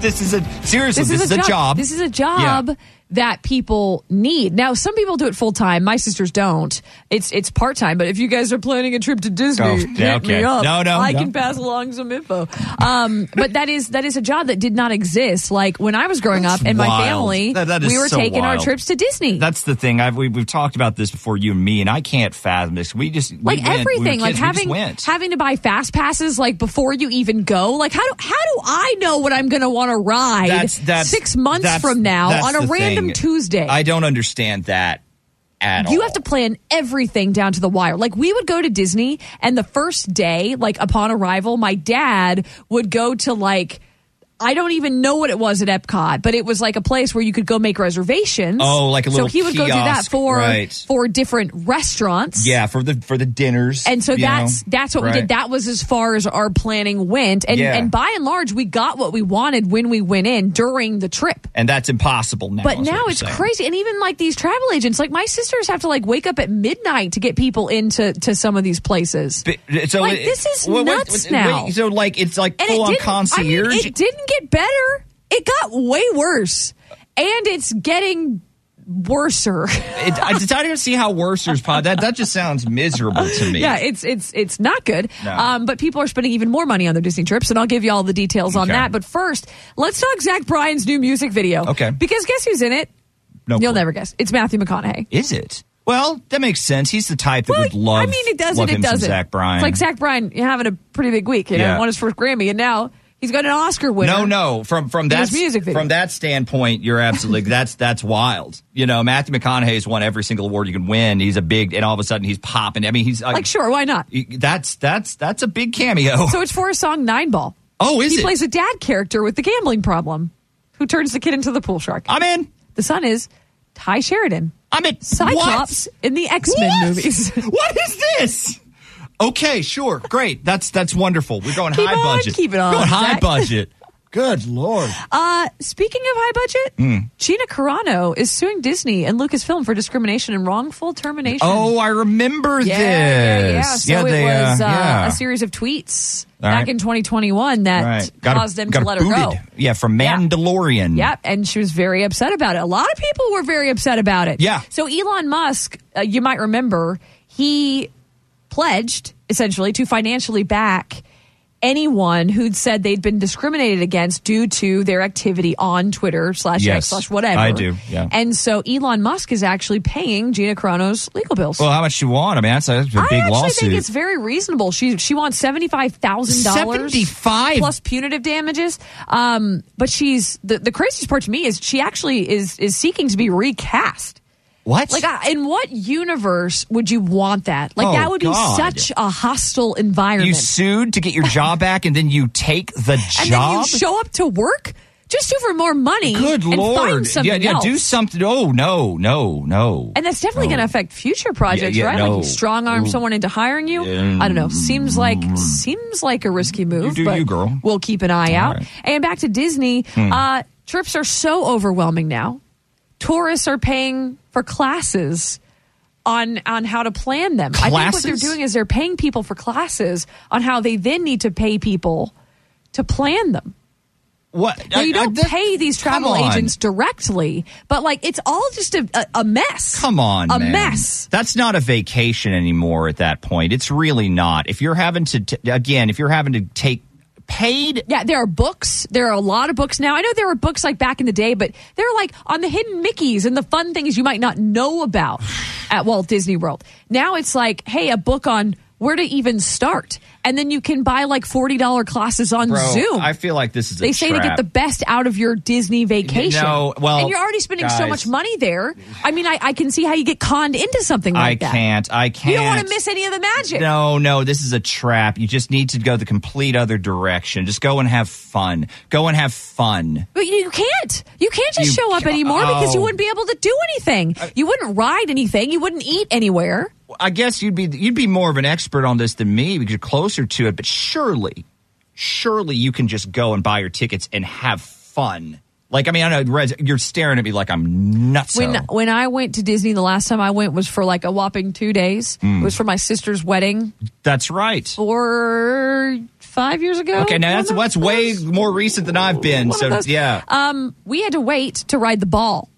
This is a seriously. This, is a job. This is a job that people need. Now, some people do it full time. My sisters don't. It's it's part time. But if you guys are planning a trip to Disney, Oh, hit yeah, okay. me up. No, no, I no. can pass along some info. Um, but that is that is a job that did not exist. Like when I was growing up, and my wild. family, That- that is we were so taking our wild. trips to Disney. That's the thing. I've, we, we've talked about this before, you and me, and I can't fathom this. We just we like went. We were everything, like kids. We just having went. having to buy fast passes like before you even go. Like how do how do I know what I'm going to want to ride That's- that's- six months that's- from now that's on a the random thing. Tuesday? I don't understand that at all. you have to plan everything down to the wire. Like we would go to Disney and the first day, like upon arrival, my dad would go to like I don't even know what it was at Epcot, but it was like a place where you could go make reservations. Oh, like a little So he would go do that kiosk, for right. for different restaurants. yeah, for the for the dinners, And so you that's know? that's what we Right. did. That was as far as our planning went. And Yeah. and by and large we got what we wanted when we went in during the trip. and that's impossible now. But is what now you're it's saying. crazy. And even like these travel agents, like my sisters have to like wake up at midnight to get people into to some of these places. But- So Like, it- this is wait, wait, nuts wait, now. so like it's like and full it on didn't, I mean, concierge. it didn't get better. It got way worse. And it's getting worser. It- I just I don't see how Worcester's pod. That that just sounds miserable to me. Yeah, it's it's it's not good. No. Um, but people are spending even more money on their Disney trips, and I'll give you all the details on Okay. that. But first, let's talk Zach Bryan's new music video. Okay. Because guess who's in it? No You'll clue. never guess. It's Matthew McConaughey. Is it? Well, that makes sense. He's the type that would love. I mean, it doesn't. love him It some doesn't. Zach Bryan. It's like Zach Bryan having a pretty big week. You know, Yeah. won his first Grammy, and now he's got an Oscar winner. No, no. From from In that his music video. from that standpoint, you're absolutely that's that's wild. You know, Matthew McConaughey's won every single award you can win. He's a big, and all of a sudden he's popping. I mean, he's Like, sure, why not? That's that's that's a big cameo. So it's for his song Nine Ball. Oh, is he it? plays a dad character with the gambling problem, who turns the kid into the pool shark. I'm in. The son is Ty Sheridan. I'm in. Cyclops in the X Men What? movies. What is this? Okay, sure, great. That's that's wonderful. We're going Keep high on, budget. keep it on, Going high Zach. budget. Good lord. Uh, speaking of high budget, Hmm. Gina Carano is suing Disney and Lucasfilm for discrimination and wrongful termination. Oh, I remember yeah, Yeah, yeah. this. So it they, uh, was uh, yeah. a series of tweets All back right. in 2021 that Right. Got- caused them got to let her go. booted. Yeah, from Mandalorian. Yep, and she was very upset about it. A lot of people were very upset about it. Yeah. So Elon Musk, uh, you might remember, he pledged essentially to financially back anyone who'd said they'd been discriminated against due to their activity on Twitter slash X Yes. slash whatever. I do, yeah. And so Elon Musk is actually paying Gina Carano's legal bills. Well, how much you want? I mean, that's a, that's a I big actually lawsuit. think it's very reasonable. She she wants seventy five thousand dollars, seventy five plus punitive damages. Um, but she's the the craziest part to me is she actually is is seeking to be recast. What? Like, I- in what universe would you want that? Like, Oh, that would God. be such a hostile environment. you sued to get your job back, and then you take the and job. then you show up to work just do for more money. Good and lord! find something yeah, yeah. else. Do something. Oh no, no, no. And that's definitely No. going to affect future projects, yeah, right? no. Like strong arm Mm. someone into hiring you. Mm. I don't know. Seems like seems like a risky move. do but you, girl. We'll keep an eye out. And back to Disney. Hmm. Uh, trips are so overwhelming now. Tourists are paying for classes on on how to plan them. I think what Classes? they're doing is they're paying people for classes on how they then need to pay people to plan them. What? Now, you don't pay these travel on. agents directly, but like it's all just a, a, a mess. Come on, a man. mess. That's not a vacation anymore at that point. It's really not. If you're having to, t- again, if you're having to take paid. Yeah, there are books. There are a lot of books now. I know there were books like back in the day, but they're like on the hidden Mickeys and the fun things you might not know about at Walt Disney World. Now it's like, hey, a book on where to even start, and then you can buy like forty dollar classes on Bro, Zoom. I feel like this is. they a say trap. to get the best out of your Disney vacation. No, well, and you're already spending so guys. much money there. I mean, I, I can see how you get conned into something I like that. can't. I can't. You don't want to miss any of the magic. No, no, this is a trap. You just need to go the complete other direction. Just go and have fun. Go and have fun. But you can't. You can't just You show up ca- anymore because you oh. wouldn't be able to do anything. You wouldn't ride anything. You wouldn't eat anywhere. I guess you'd be you'd be more of an expert on this than me because you're closer to it, but surely surely you can just go and buy your tickets and have fun. Like I mean, I know Rez, you're staring at me like I'm nuts. When when I went to Disney the last time I went was for like a whopping two days. Mm. It was for my sister's wedding That's right. four five years ago. Okay, now that's that's way more recent than I've been. One of So those. yeah. Um, we had to wait to ride the ball.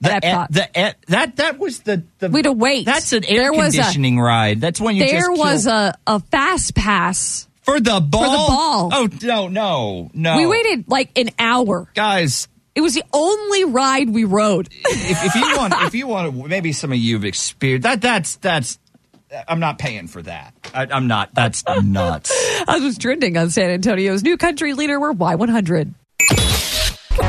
The, at Epcot. e- the e- that that was the, the we had to wait. that's an air was a- conditioning ride. That's when you there just was kill- a, a fast pass for the ball. For the ball. Oh no no no. We waited like an hour. guys. It was the only ride we rode. if, if you want, if you want, maybe some of you've experienced that. That's that's. I'm not paying for that. I, I'm not. That's nuts. I was trending on San Antonio's new country leader. We're Y100.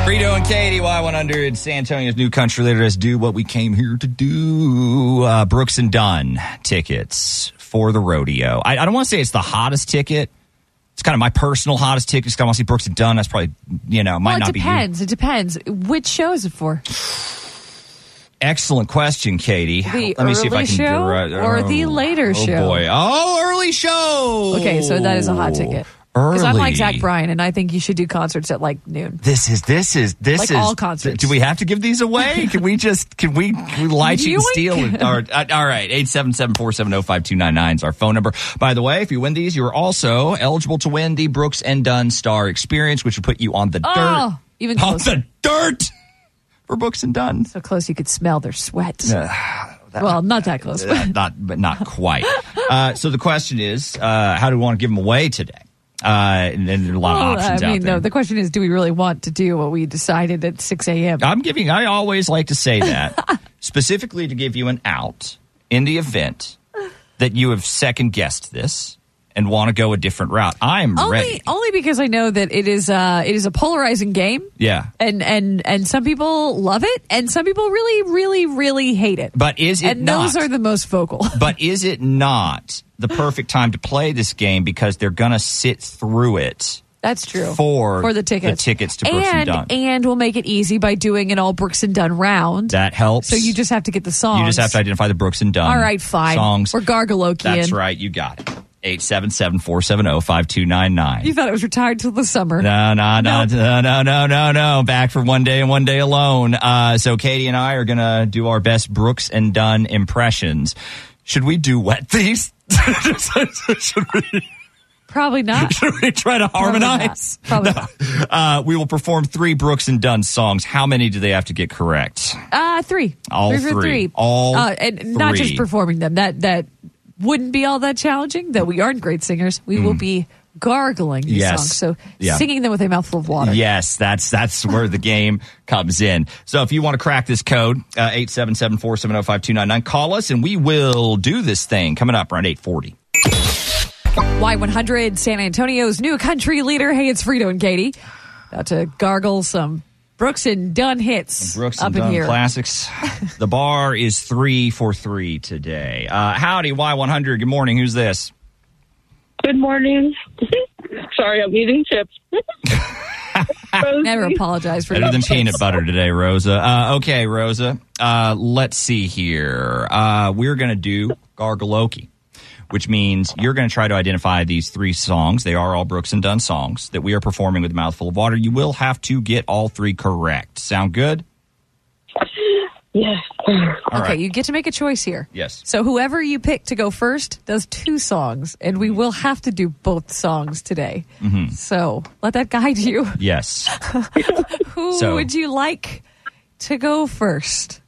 Frito and Katie, Y100, San Antonio's new country leader. Let's do what we came here to do. Uh, Brooks and Dunn tickets for the rodeo. I, I don't want to say it's the hottest ticket. It's kind of my personal hottest ticket. Just kind of want to see Brooks and Dunn. That's probably you know might well, not it be you. depends. It depends. Which show is it for? Excellent question, Katie. The Let me see if I early can show do it. or the later oh, show? boy. Oh, early show. Okay, so that is a hot ticket. Because I'm like Zach Bryan, and I think you should do concerts at like noon. This is this is this Like is all concerts. Do we have to give these away? can we just can we, can we lie, cheat, and Yoink. steal? It? All right, uh, all right. Eight seven seven four seven zero five two nine nine is our phone number. By the way, if you win these, you are also eligible to win the Brooks and Dunn Star Experience, which would put you on the Oh, even dirt. On closer. the dirt for Brooks and Dunn. So close you could smell their sweat. Uh, well, not that close. Uh, not, but not quite. uh, so the question is, uh, how do we want to give them away today? Uh, and then there are a lot Well, of options I mean, out there. no. The question is, do we really want to do what we decided at 6 a.m.? I'm giving. I always like to say that specifically to give you an out in the event that you have second guessed this and want to go a different route. I'm Only, ready. only because I know that it is uh, it is a polarizing game, Yeah. and and and some people love it, and some people really, really, really hate it. But is it and not? those are the most vocal. but is it not the perfect time to play this game because they're going to sit through it? That's true. For for the tickets, the tickets to Brooks and Dunn. and we'll make it easy by doing an all Brooks and Dunn round. That helps. So you just have to get the songs. You just have to identify the Brooks and Dunn. All right, fine. Songs. We're gargalokian. That's right. You got it. 877 470 5299. You thought it was retired till the summer. No, no, no, no, no, no, no, no. Back for one day and one day alone. Uh, so Katie and I are going to do our best Brooks and Dunn impressions. Should we do wet thieves? Should we? Probably not. Should we try to Probably not. harmonize? Probably No. Uh, we will perform three Brooks and Dunn songs. How many do they have to get correct? Uh, three. All three for three. three. All uh, and not just three. performing them. That that wouldn't be all that challenging. That we aren't great singers. We will be gargling these Mm. Yes. songs. So Yeah. singing them with a mouthful of water. Yes, that's that's where the game comes in. So if you want to crack this code, uh, eight seven seven four seven zero five two nine nine, call us and we will do this thing coming up around eight forty. Y100 San Antonio's new country leader. Hey, it's Frito and Katie. About to gargle some Brooks and Dunn hits Brooks up and in Dunn here. Classics. the bar is three for three today. Uh, howdy, Y one hundred. Good morning. Who's this? Good morning. Sorry, I'm eating chips. Never apologize for Better than that. peanut butter today, Rosa. Uh, okay, Rosa. Uh, let's see here. Uh, we're going to do Gargaloki, which means you're going to try to identify these three songs. They are all Brooks and Dunn songs that we are performing with a mouthful of water. You will have to get all three correct. Sound good? Yes. okay, right. you get to make a choice here. Yes. So whoever you pick to go first does two songs, and we will have to do both songs today. Mm-hmm. So let that guide you. Yes. Who So- would you like to go first?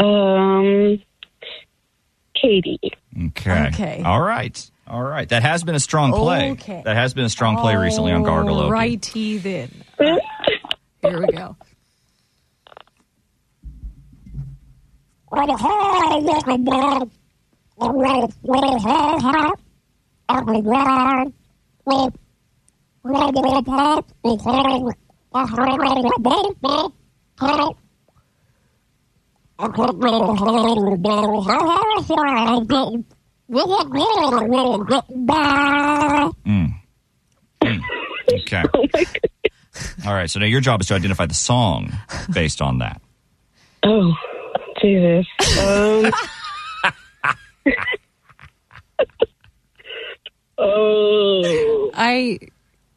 Um, Katie. Okay. Okay. All right. All right. That has been a strong play. Okay. That has been a strong play recently on Gargaloki. Righty then. Here we go. Mm. Okay. All right. So now your job is to identify the song based on that. Oh, Jesus. Um, oh. I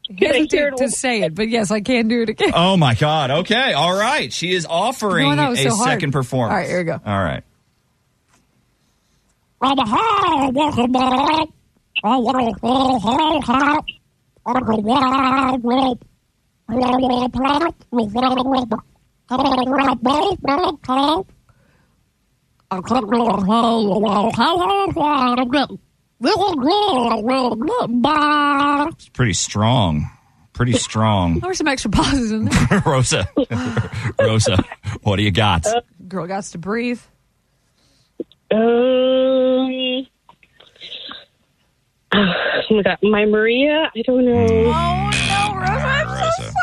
Can I hear hesitate it to say it, but yes, I can do it again. Oh my God. Okay. All right. She is offering No, that a was so hard. second performance. All right, here we go. All right. It's pretty strong. Pretty strong. There were some extra pauses in there. Rosa. Rosa, what do you got? Uh, Girl got to breathe. Um, oh my God, my Maria. I don't know. Oh no, Rosa! I'm so sorry.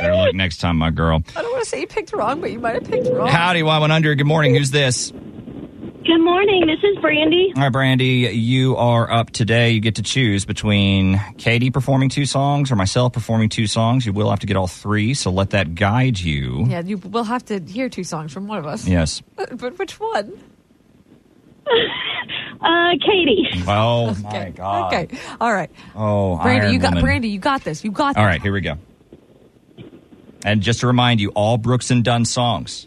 Better look next time, my girl. I don't want to say you picked wrong, but you might have picked wrong. Howdy, Y100. Good morning. Who's this? Good morning. This is Brandy. All right, Brandy, you are up today. You get to choose between Katie performing two songs or myself performing two songs. You will have to get all three, so let that guide you. Yeah, you will have to hear two songs from one of us. Yes. But, but which one? Uh, Katie. Oh my God. Okay. All right. Oh, Brandy, Iron you got Woman. Brandy, you got this. You got All right, here we go. And just to remind you, all Brooks and Dunn songs.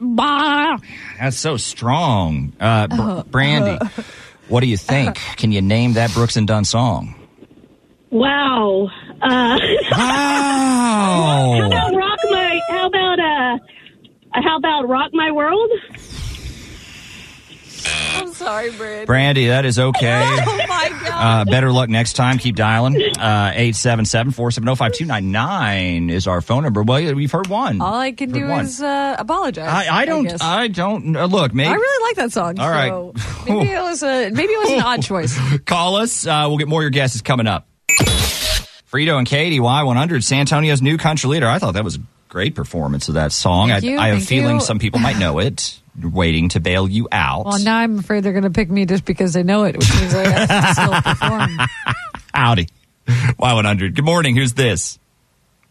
That's so strong, uh, Br- Uh, Brandy. uh. what do you think? Can you name that Brooks and Dunn song? Wow. Uh, how about Wow. rock my? How about uh? How about rock my world? I'm sorry, Brandy. Brandy, that is okay. Oh my Uh, better luck next time. Keep dialing. Uh, 877 470 5299 is our phone number. Well, we've heard one. All I can Heard do one. is uh, apologize. I, I don't. guess. I, don't. uh, Look, maybe. I really like that song. All right. so Maybe it was a maybe it was an odd choice. Call us. Uh, we'll get more of your guesses coming up. Frito and Katie, Y100, San Antonio's new country leader. I thought that was Great performance of that song. Thank I, you, I have a thank feeling you. some people might know it. Waiting to bail you out. Well, now I'm afraid they're going to pick me just because they know it, which means I have to still perform. Howdy. Y100. Good morning. Who's this?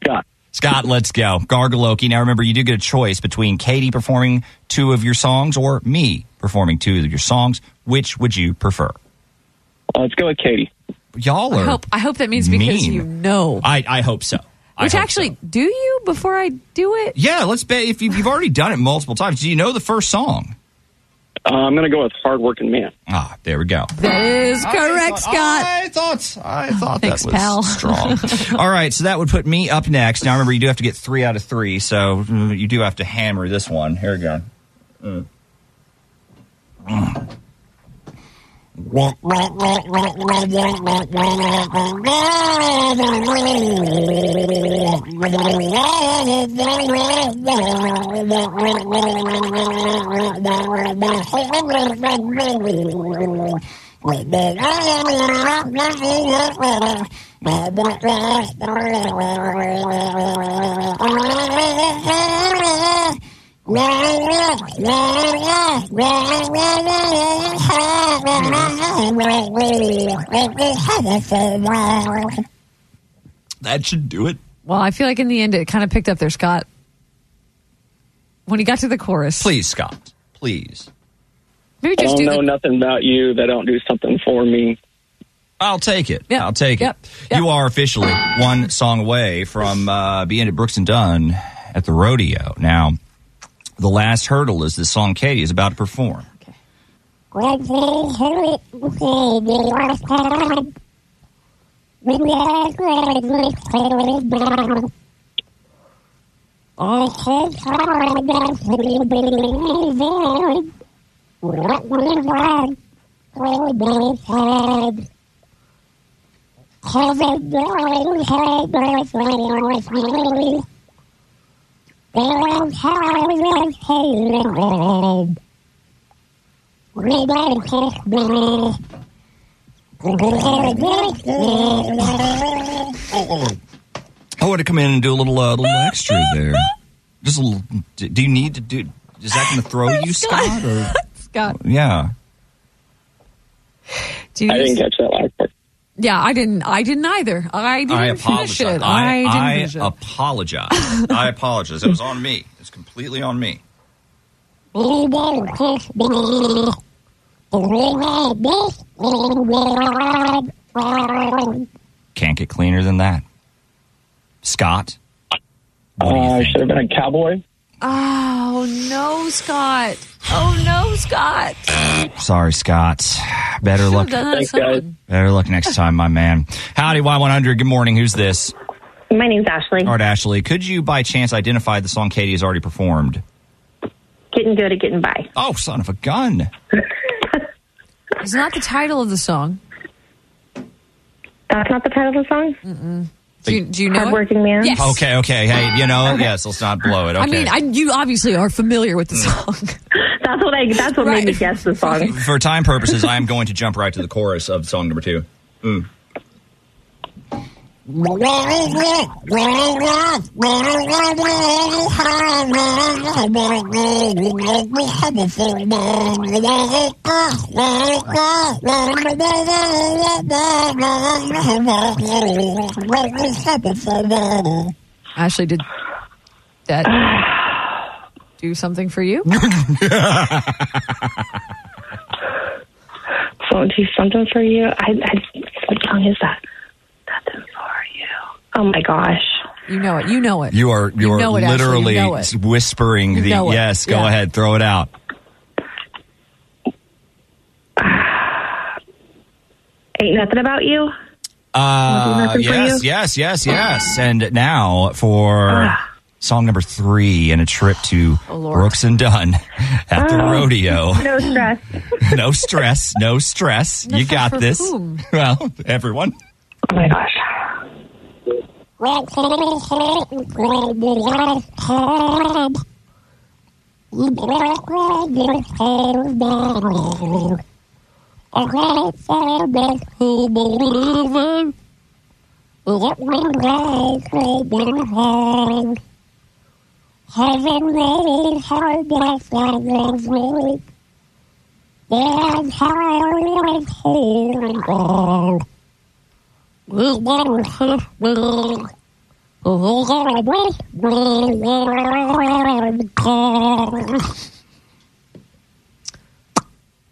Scott. Scott, let's go. Gargaloki. Now remember, you do get a choice between Katie performing two of your songs or me performing two of your songs. Which would you prefer? let's go with Katie. Y'all I are. hope, I hope that means because Mean. you know. I, I hope so. I Which hope actually, do you before I do it? Yeah, let's bet if you- you've already done it multiple times. Do you know the first song? Uh, I'm going to go with Hard Working Man. Ah, there we go. That is correct, Scott. I thought, I thought thanks, that was pal. strong. All right, so that would put me up next. Now remember, you do have to get three out of three, so mm, you do have to hammer this one. Here we go. Mm. Mm. Wah, wah, wah, wah, wah, wah, wah, wah, wah, wah, That should do it. Well, I feel like in the end it kind of picked up there, Scott. When he got to the chorus, please, Scott, please. maybe I just don't do know the. nothing about you that don't do something for me. I'll take it. I'll take it. You are officially one song away from uh, being at Brooks and Dunn at the rodeo. Now, the last hurdle is this song Katie is about to perform. I want to come in and do a little, uh, little extra there. Just a little. d- Do you need to do? Is that going to throw you, Scott? or- Scott, yeah. do you catch that last part. yeah, I didn't. I didn't either. I didn't I finish apologize. it. I, didn't I finish it. apologize. I apologize. It was on me. It's completely on me. Can't get cleaner than that. Scott, what do you think? Uh, Should have been a cowboy. oh no, Scott! Oh no, Scott! Sorry, Scott. Better Should've luck. done that Thanks, guys. Better luck next time, my man. Howdy, Y100. Good morning. Who's this? My name's Ashley. All right, Ashley. Could you, by chance, identify the song Katie has already performed? Getting good at getting by. Oh, son of a gun. It's not the title of the song. That's not the title of the song. Mm-mm. Do you, do you know? Hardworking it? man. Yes. Okay, okay. Hey, you know, yes, let's not blow it. Okay. I mean, I, you obviously are familiar with the song. Mm. that's what I. That's what made me guess the song. For time purposes, I am going to jump right to the chorus of song number two. Mm. Ashley, did that do something for you? So do something for you. I, I. What song is that? Nothing for you. Oh my gosh. You know it. You know it. You are you are know it, Ashley, you literally know it. whispering You the know it, yes. Go yeah. ahead, throw it out. Ain't nothing about you. Uh, nothing for yes, you? Ah. yes, yes, yes. And now for song number three and a trip to Oh, Lord. Brooks and Dunn at the Oh. rodeo. No stress. no stress, no stress. you got for this. whom? Well, everyone. Oh my gosh.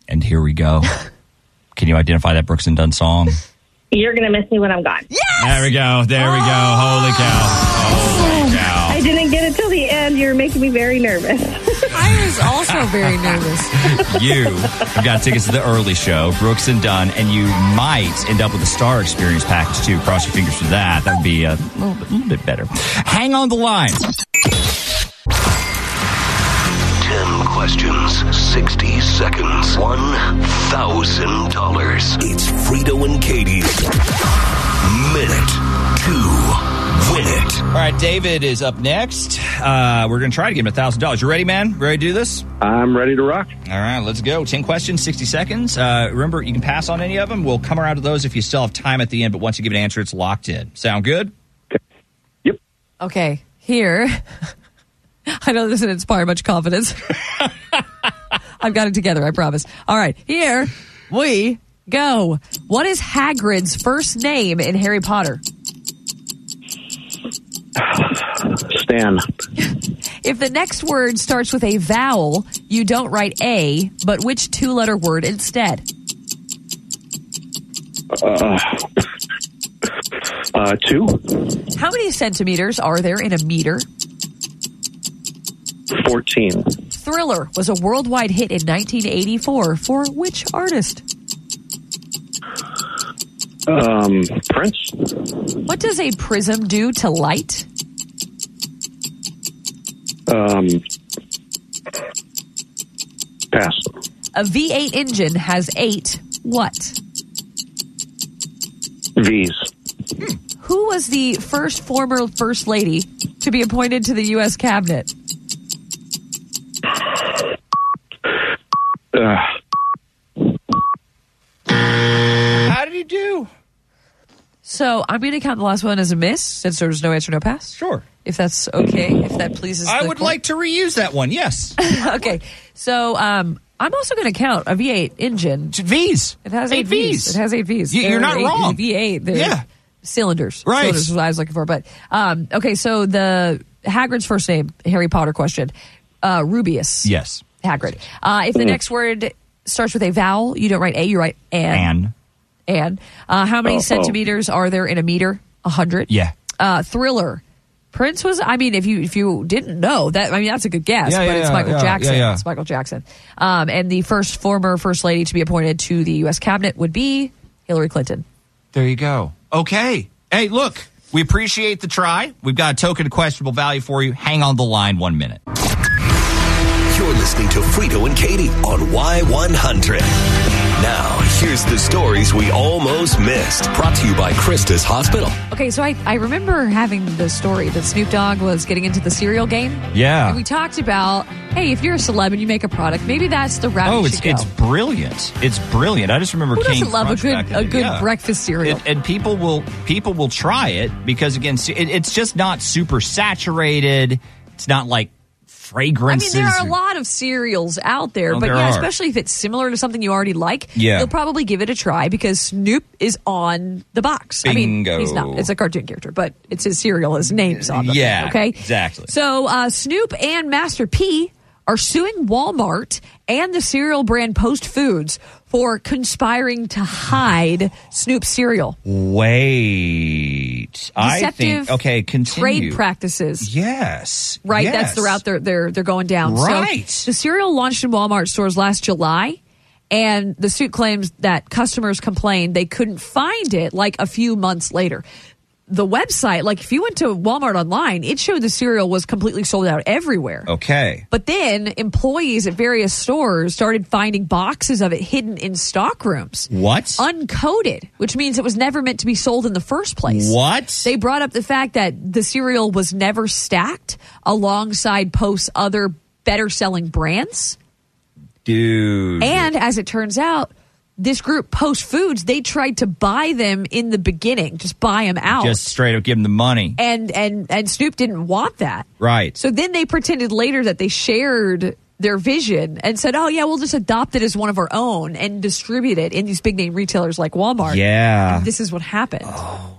And here we go. Can you identify that Brooks and Dunn song? You're gonna miss me when I'm gone. Yeah. There we go. There we go. Holy cow. Ah. I didn't get it till the end. You're making me very nervous. I was also very nervous. You have got tickets to the early show, Brooks and Dunn, and you might end up with a star experience package too. Cross your fingers for that. That would be uh, a little bit, little bit better. Hang on the line. 10 questions, 60 seconds, $1,000. It's Frito and Katie's Minute to Win It. All right, David is up next. Uh, we're going to try to get him $1,000. You ready, man? Ready to do this? I'm ready to rock. All right, let's go. 10 questions, 60 seconds. Uh, remember, you can pass on any of them. We'll come around to those if you still have time at the end, but once you give an answer, it's locked in. Sound good? Okay, here. I know this doesn't inspire much confidence. I've got it together, I promise. All right, here we go. What is Hagrid's first name in Harry Potter? Stan. If the next word starts with a vowel, you don't write A, but which two letter word instead? Uh, uh, two, How many centimeters are there in a meter? 14. Thriller was a worldwide hit in 1984 for which artist? Um, Prince. What does a prism do to light? Um, pass. A V8 engine has eight what? V's. Who was the first former First Lady to be appointed to the U.S. Cabinet? Uh, How did he do? So I'm going to count the last one as a miss since there was no answer, no pass. Sure. If that's okay, if that pleases I the would court. like to reuse that one, yes. okay. So um, I'm also going to count a V8 engine. V's. It has Eight eight, V's. Vs. It has eight V's. You- you're They're not eight- wrong. V8. They're Yeah. Cylinders. Right. Cylinders is what I was looking for. But um, okay, so the Hagrid's first name, Harry Potter question, uh, Rubius. Yes. Hagrid. Uh, if the Mm. next word starts with a vowel, you don't write A, you write an. Anne. An. Uh, how many Oh, oh. centimeters are there in a meter? A hundred. Yeah. Uh, thriller. Prince was. I mean, if you if you didn't know that, I mean, that's a good guess. Yeah, but yeah, it's yeah, Michael yeah, Jackson. yeah, yeah. It's Michael Jackson. Um, and the first former first lady to be appointed to the U.S. cabinet would be Hillary Clinton. There you go. Okay. Hey, look, we appreciate the try. We've got a token of questionable value for you. Hang on the line one minute. You're listening to Frito and Katie on Y100. Now, here's the stories we almost missed. Brought to you by Christus Hospital. Okay, so I, I remember having the story that Snoop Dogg was getting into the cereal game. Yeah. And we talked about, hey, if you're a celeb and you make a product, maybe that's the route. Oh, you it's should go. it's brilliant. It's brilliant. I just remember Who King doesn't love a Crunch back good in a the- good yeah. breakfast cereal? It- and people will people will try it because again, se- it, it's just not super saturated. It's not like I fragrances. mean, there are a lot of cereals out there, Oh, but there yeah, are. especially if it's similar to something you already like, Yeah. you'll probably give it a try because Snoop is on the box. I mean, Bingo. he's not. It's a cartoon character, but it's his cereal. His name's on the yeah, Okay. exactly. So uh, Snoop and Master P are suing Walmart and the cereal brand Post Foods for conspiring to hide Snoop's cereal. Wait, I think Deceptive okay. Continue. Trade practices. Yes, Right, that's the yes. route they're they're they're going down. Right. So the cereal launched in Walmart stores last July, and the suit claims that customers complained they couldn't find it like a few months later. The website, like if you went to Walmart online, it showed the cereal was completely sold out everywhere. Okay. But then employees at various stores started finding boxes of it hidden in stock rooms. What? Uncoated, which means it was never meant to be sold in the first place. What? They brought up the fact that the cereal was never stacked alongside Post's other better selling brands. Dude. And as it turns out, this group Post Foods, they tried to buy them in the beginning, just buy them out. Just straight up give him the money. and and and Snoop didn't want that. Right. So then they pretended later that they shared their vision and said, "Oh yeah, we'll just adopt it as one of our own and distribute it in these big name retailers like Walmart." Yeah. Oh, And this is what happened.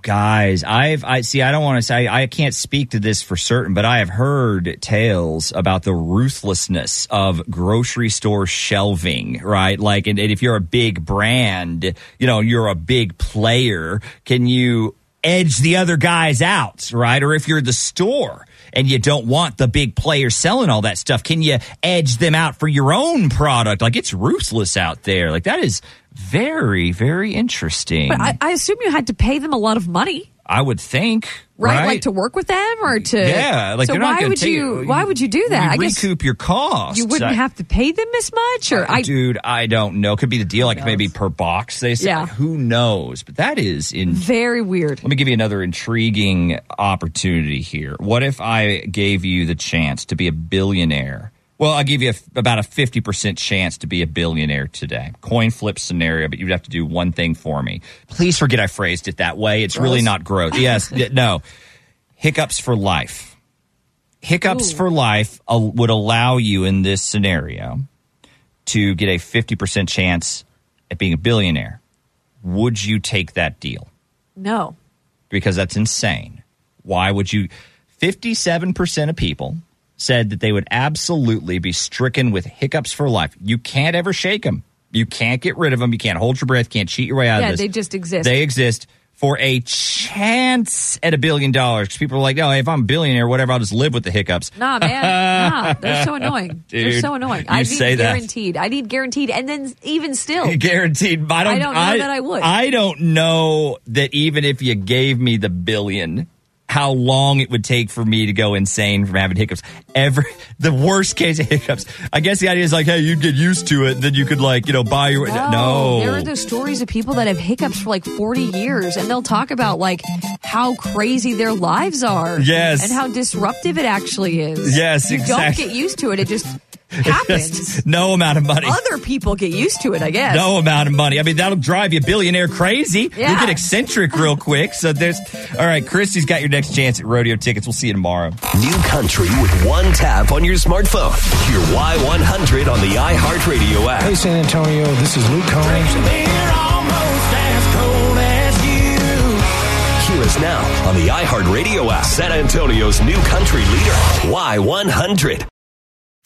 guys i've i see i don't want to say i can't speak to this for certain but i have heard tales about the ruthlessness of grocery store shelving right like and, and if you're a big brand you know you're a big player can you edge the other guys out right or if you're the store and you don't want the big players selling all that stuff can you edge them out for your own product like it's ruthless out there like that is very very interesting But I, I assume you had to pay them a lot of money, I would think, right? right? Like to work with them or to Yeah, like, so they're not why gonna would take- you? Why would you do that? You recoup your costs. you wouldn't I- have to pay them as much, or I. dude. I don't know. Could be the deal, like maybe per box. They say, Yeah. who knows? But that is in. Very weird. Let me give you another intriguing opportunity here. What if I gave you the chance to be a billionaire? Well, I'll give you a, about a 50% chance to be a billionaire today. Coin flip scenario, but you'd have to do one thing for me. Please forget I phrased it that way. It's really Gross. not gross. Yes, y- no. Hiccups for life. Hiccups for life uh, would allow you in this scenario to get a 50% chance at being a billionaire. Would you take that deal? No. because that's insane. Why would you? 57% of people said that they would absolutely be stricken with hiccups for life. You can't ever shake them. You can't get rid of them. You can't hold your breath. Can't cheat your way out Yeah, of this. they just exist. They exist for a chance at a billion dollars. 'Cause people are like, oh, if I'm a billionaire, whatever, I'll just live with the hiccups. Nah, man. nah, they're so annoying. they're Dude, so annoying. you I need say that. guaranteed. I need guaranteed, and then even still, Guaranteed. I don't, Oh. I don't know that I would. I don't know that even if you gave me the billion, how long it would take for me to go insane from having hiccups. Every the worst case of hiccups. I guess the idea is like, hey, you get used to it, then you could like, you know, buy your Oh, no. Oh, There are those stories of people that have hiccups for like 40 years and they'll talk about like how crazy their lives are. Yes. And how disruptive it actually is. Yes, you exactly. Don't get used to it. It just happens. no amount of money. Other people get used to it, I guess. No amount of money. I mean, that'll drive you billionaire crazy. Yeah. You get eccentric real quick. So there's all right. Christy's got your next chance at rodeo tickets. We'll see you tomorrow. New country with one tap on your smartphone. Hear Y100 on the iHeartRadio app. Hey, San Antonio, this is Luke Combs. Hear us now on the iHeartRadio app. San Antonio's new country leader, Y100.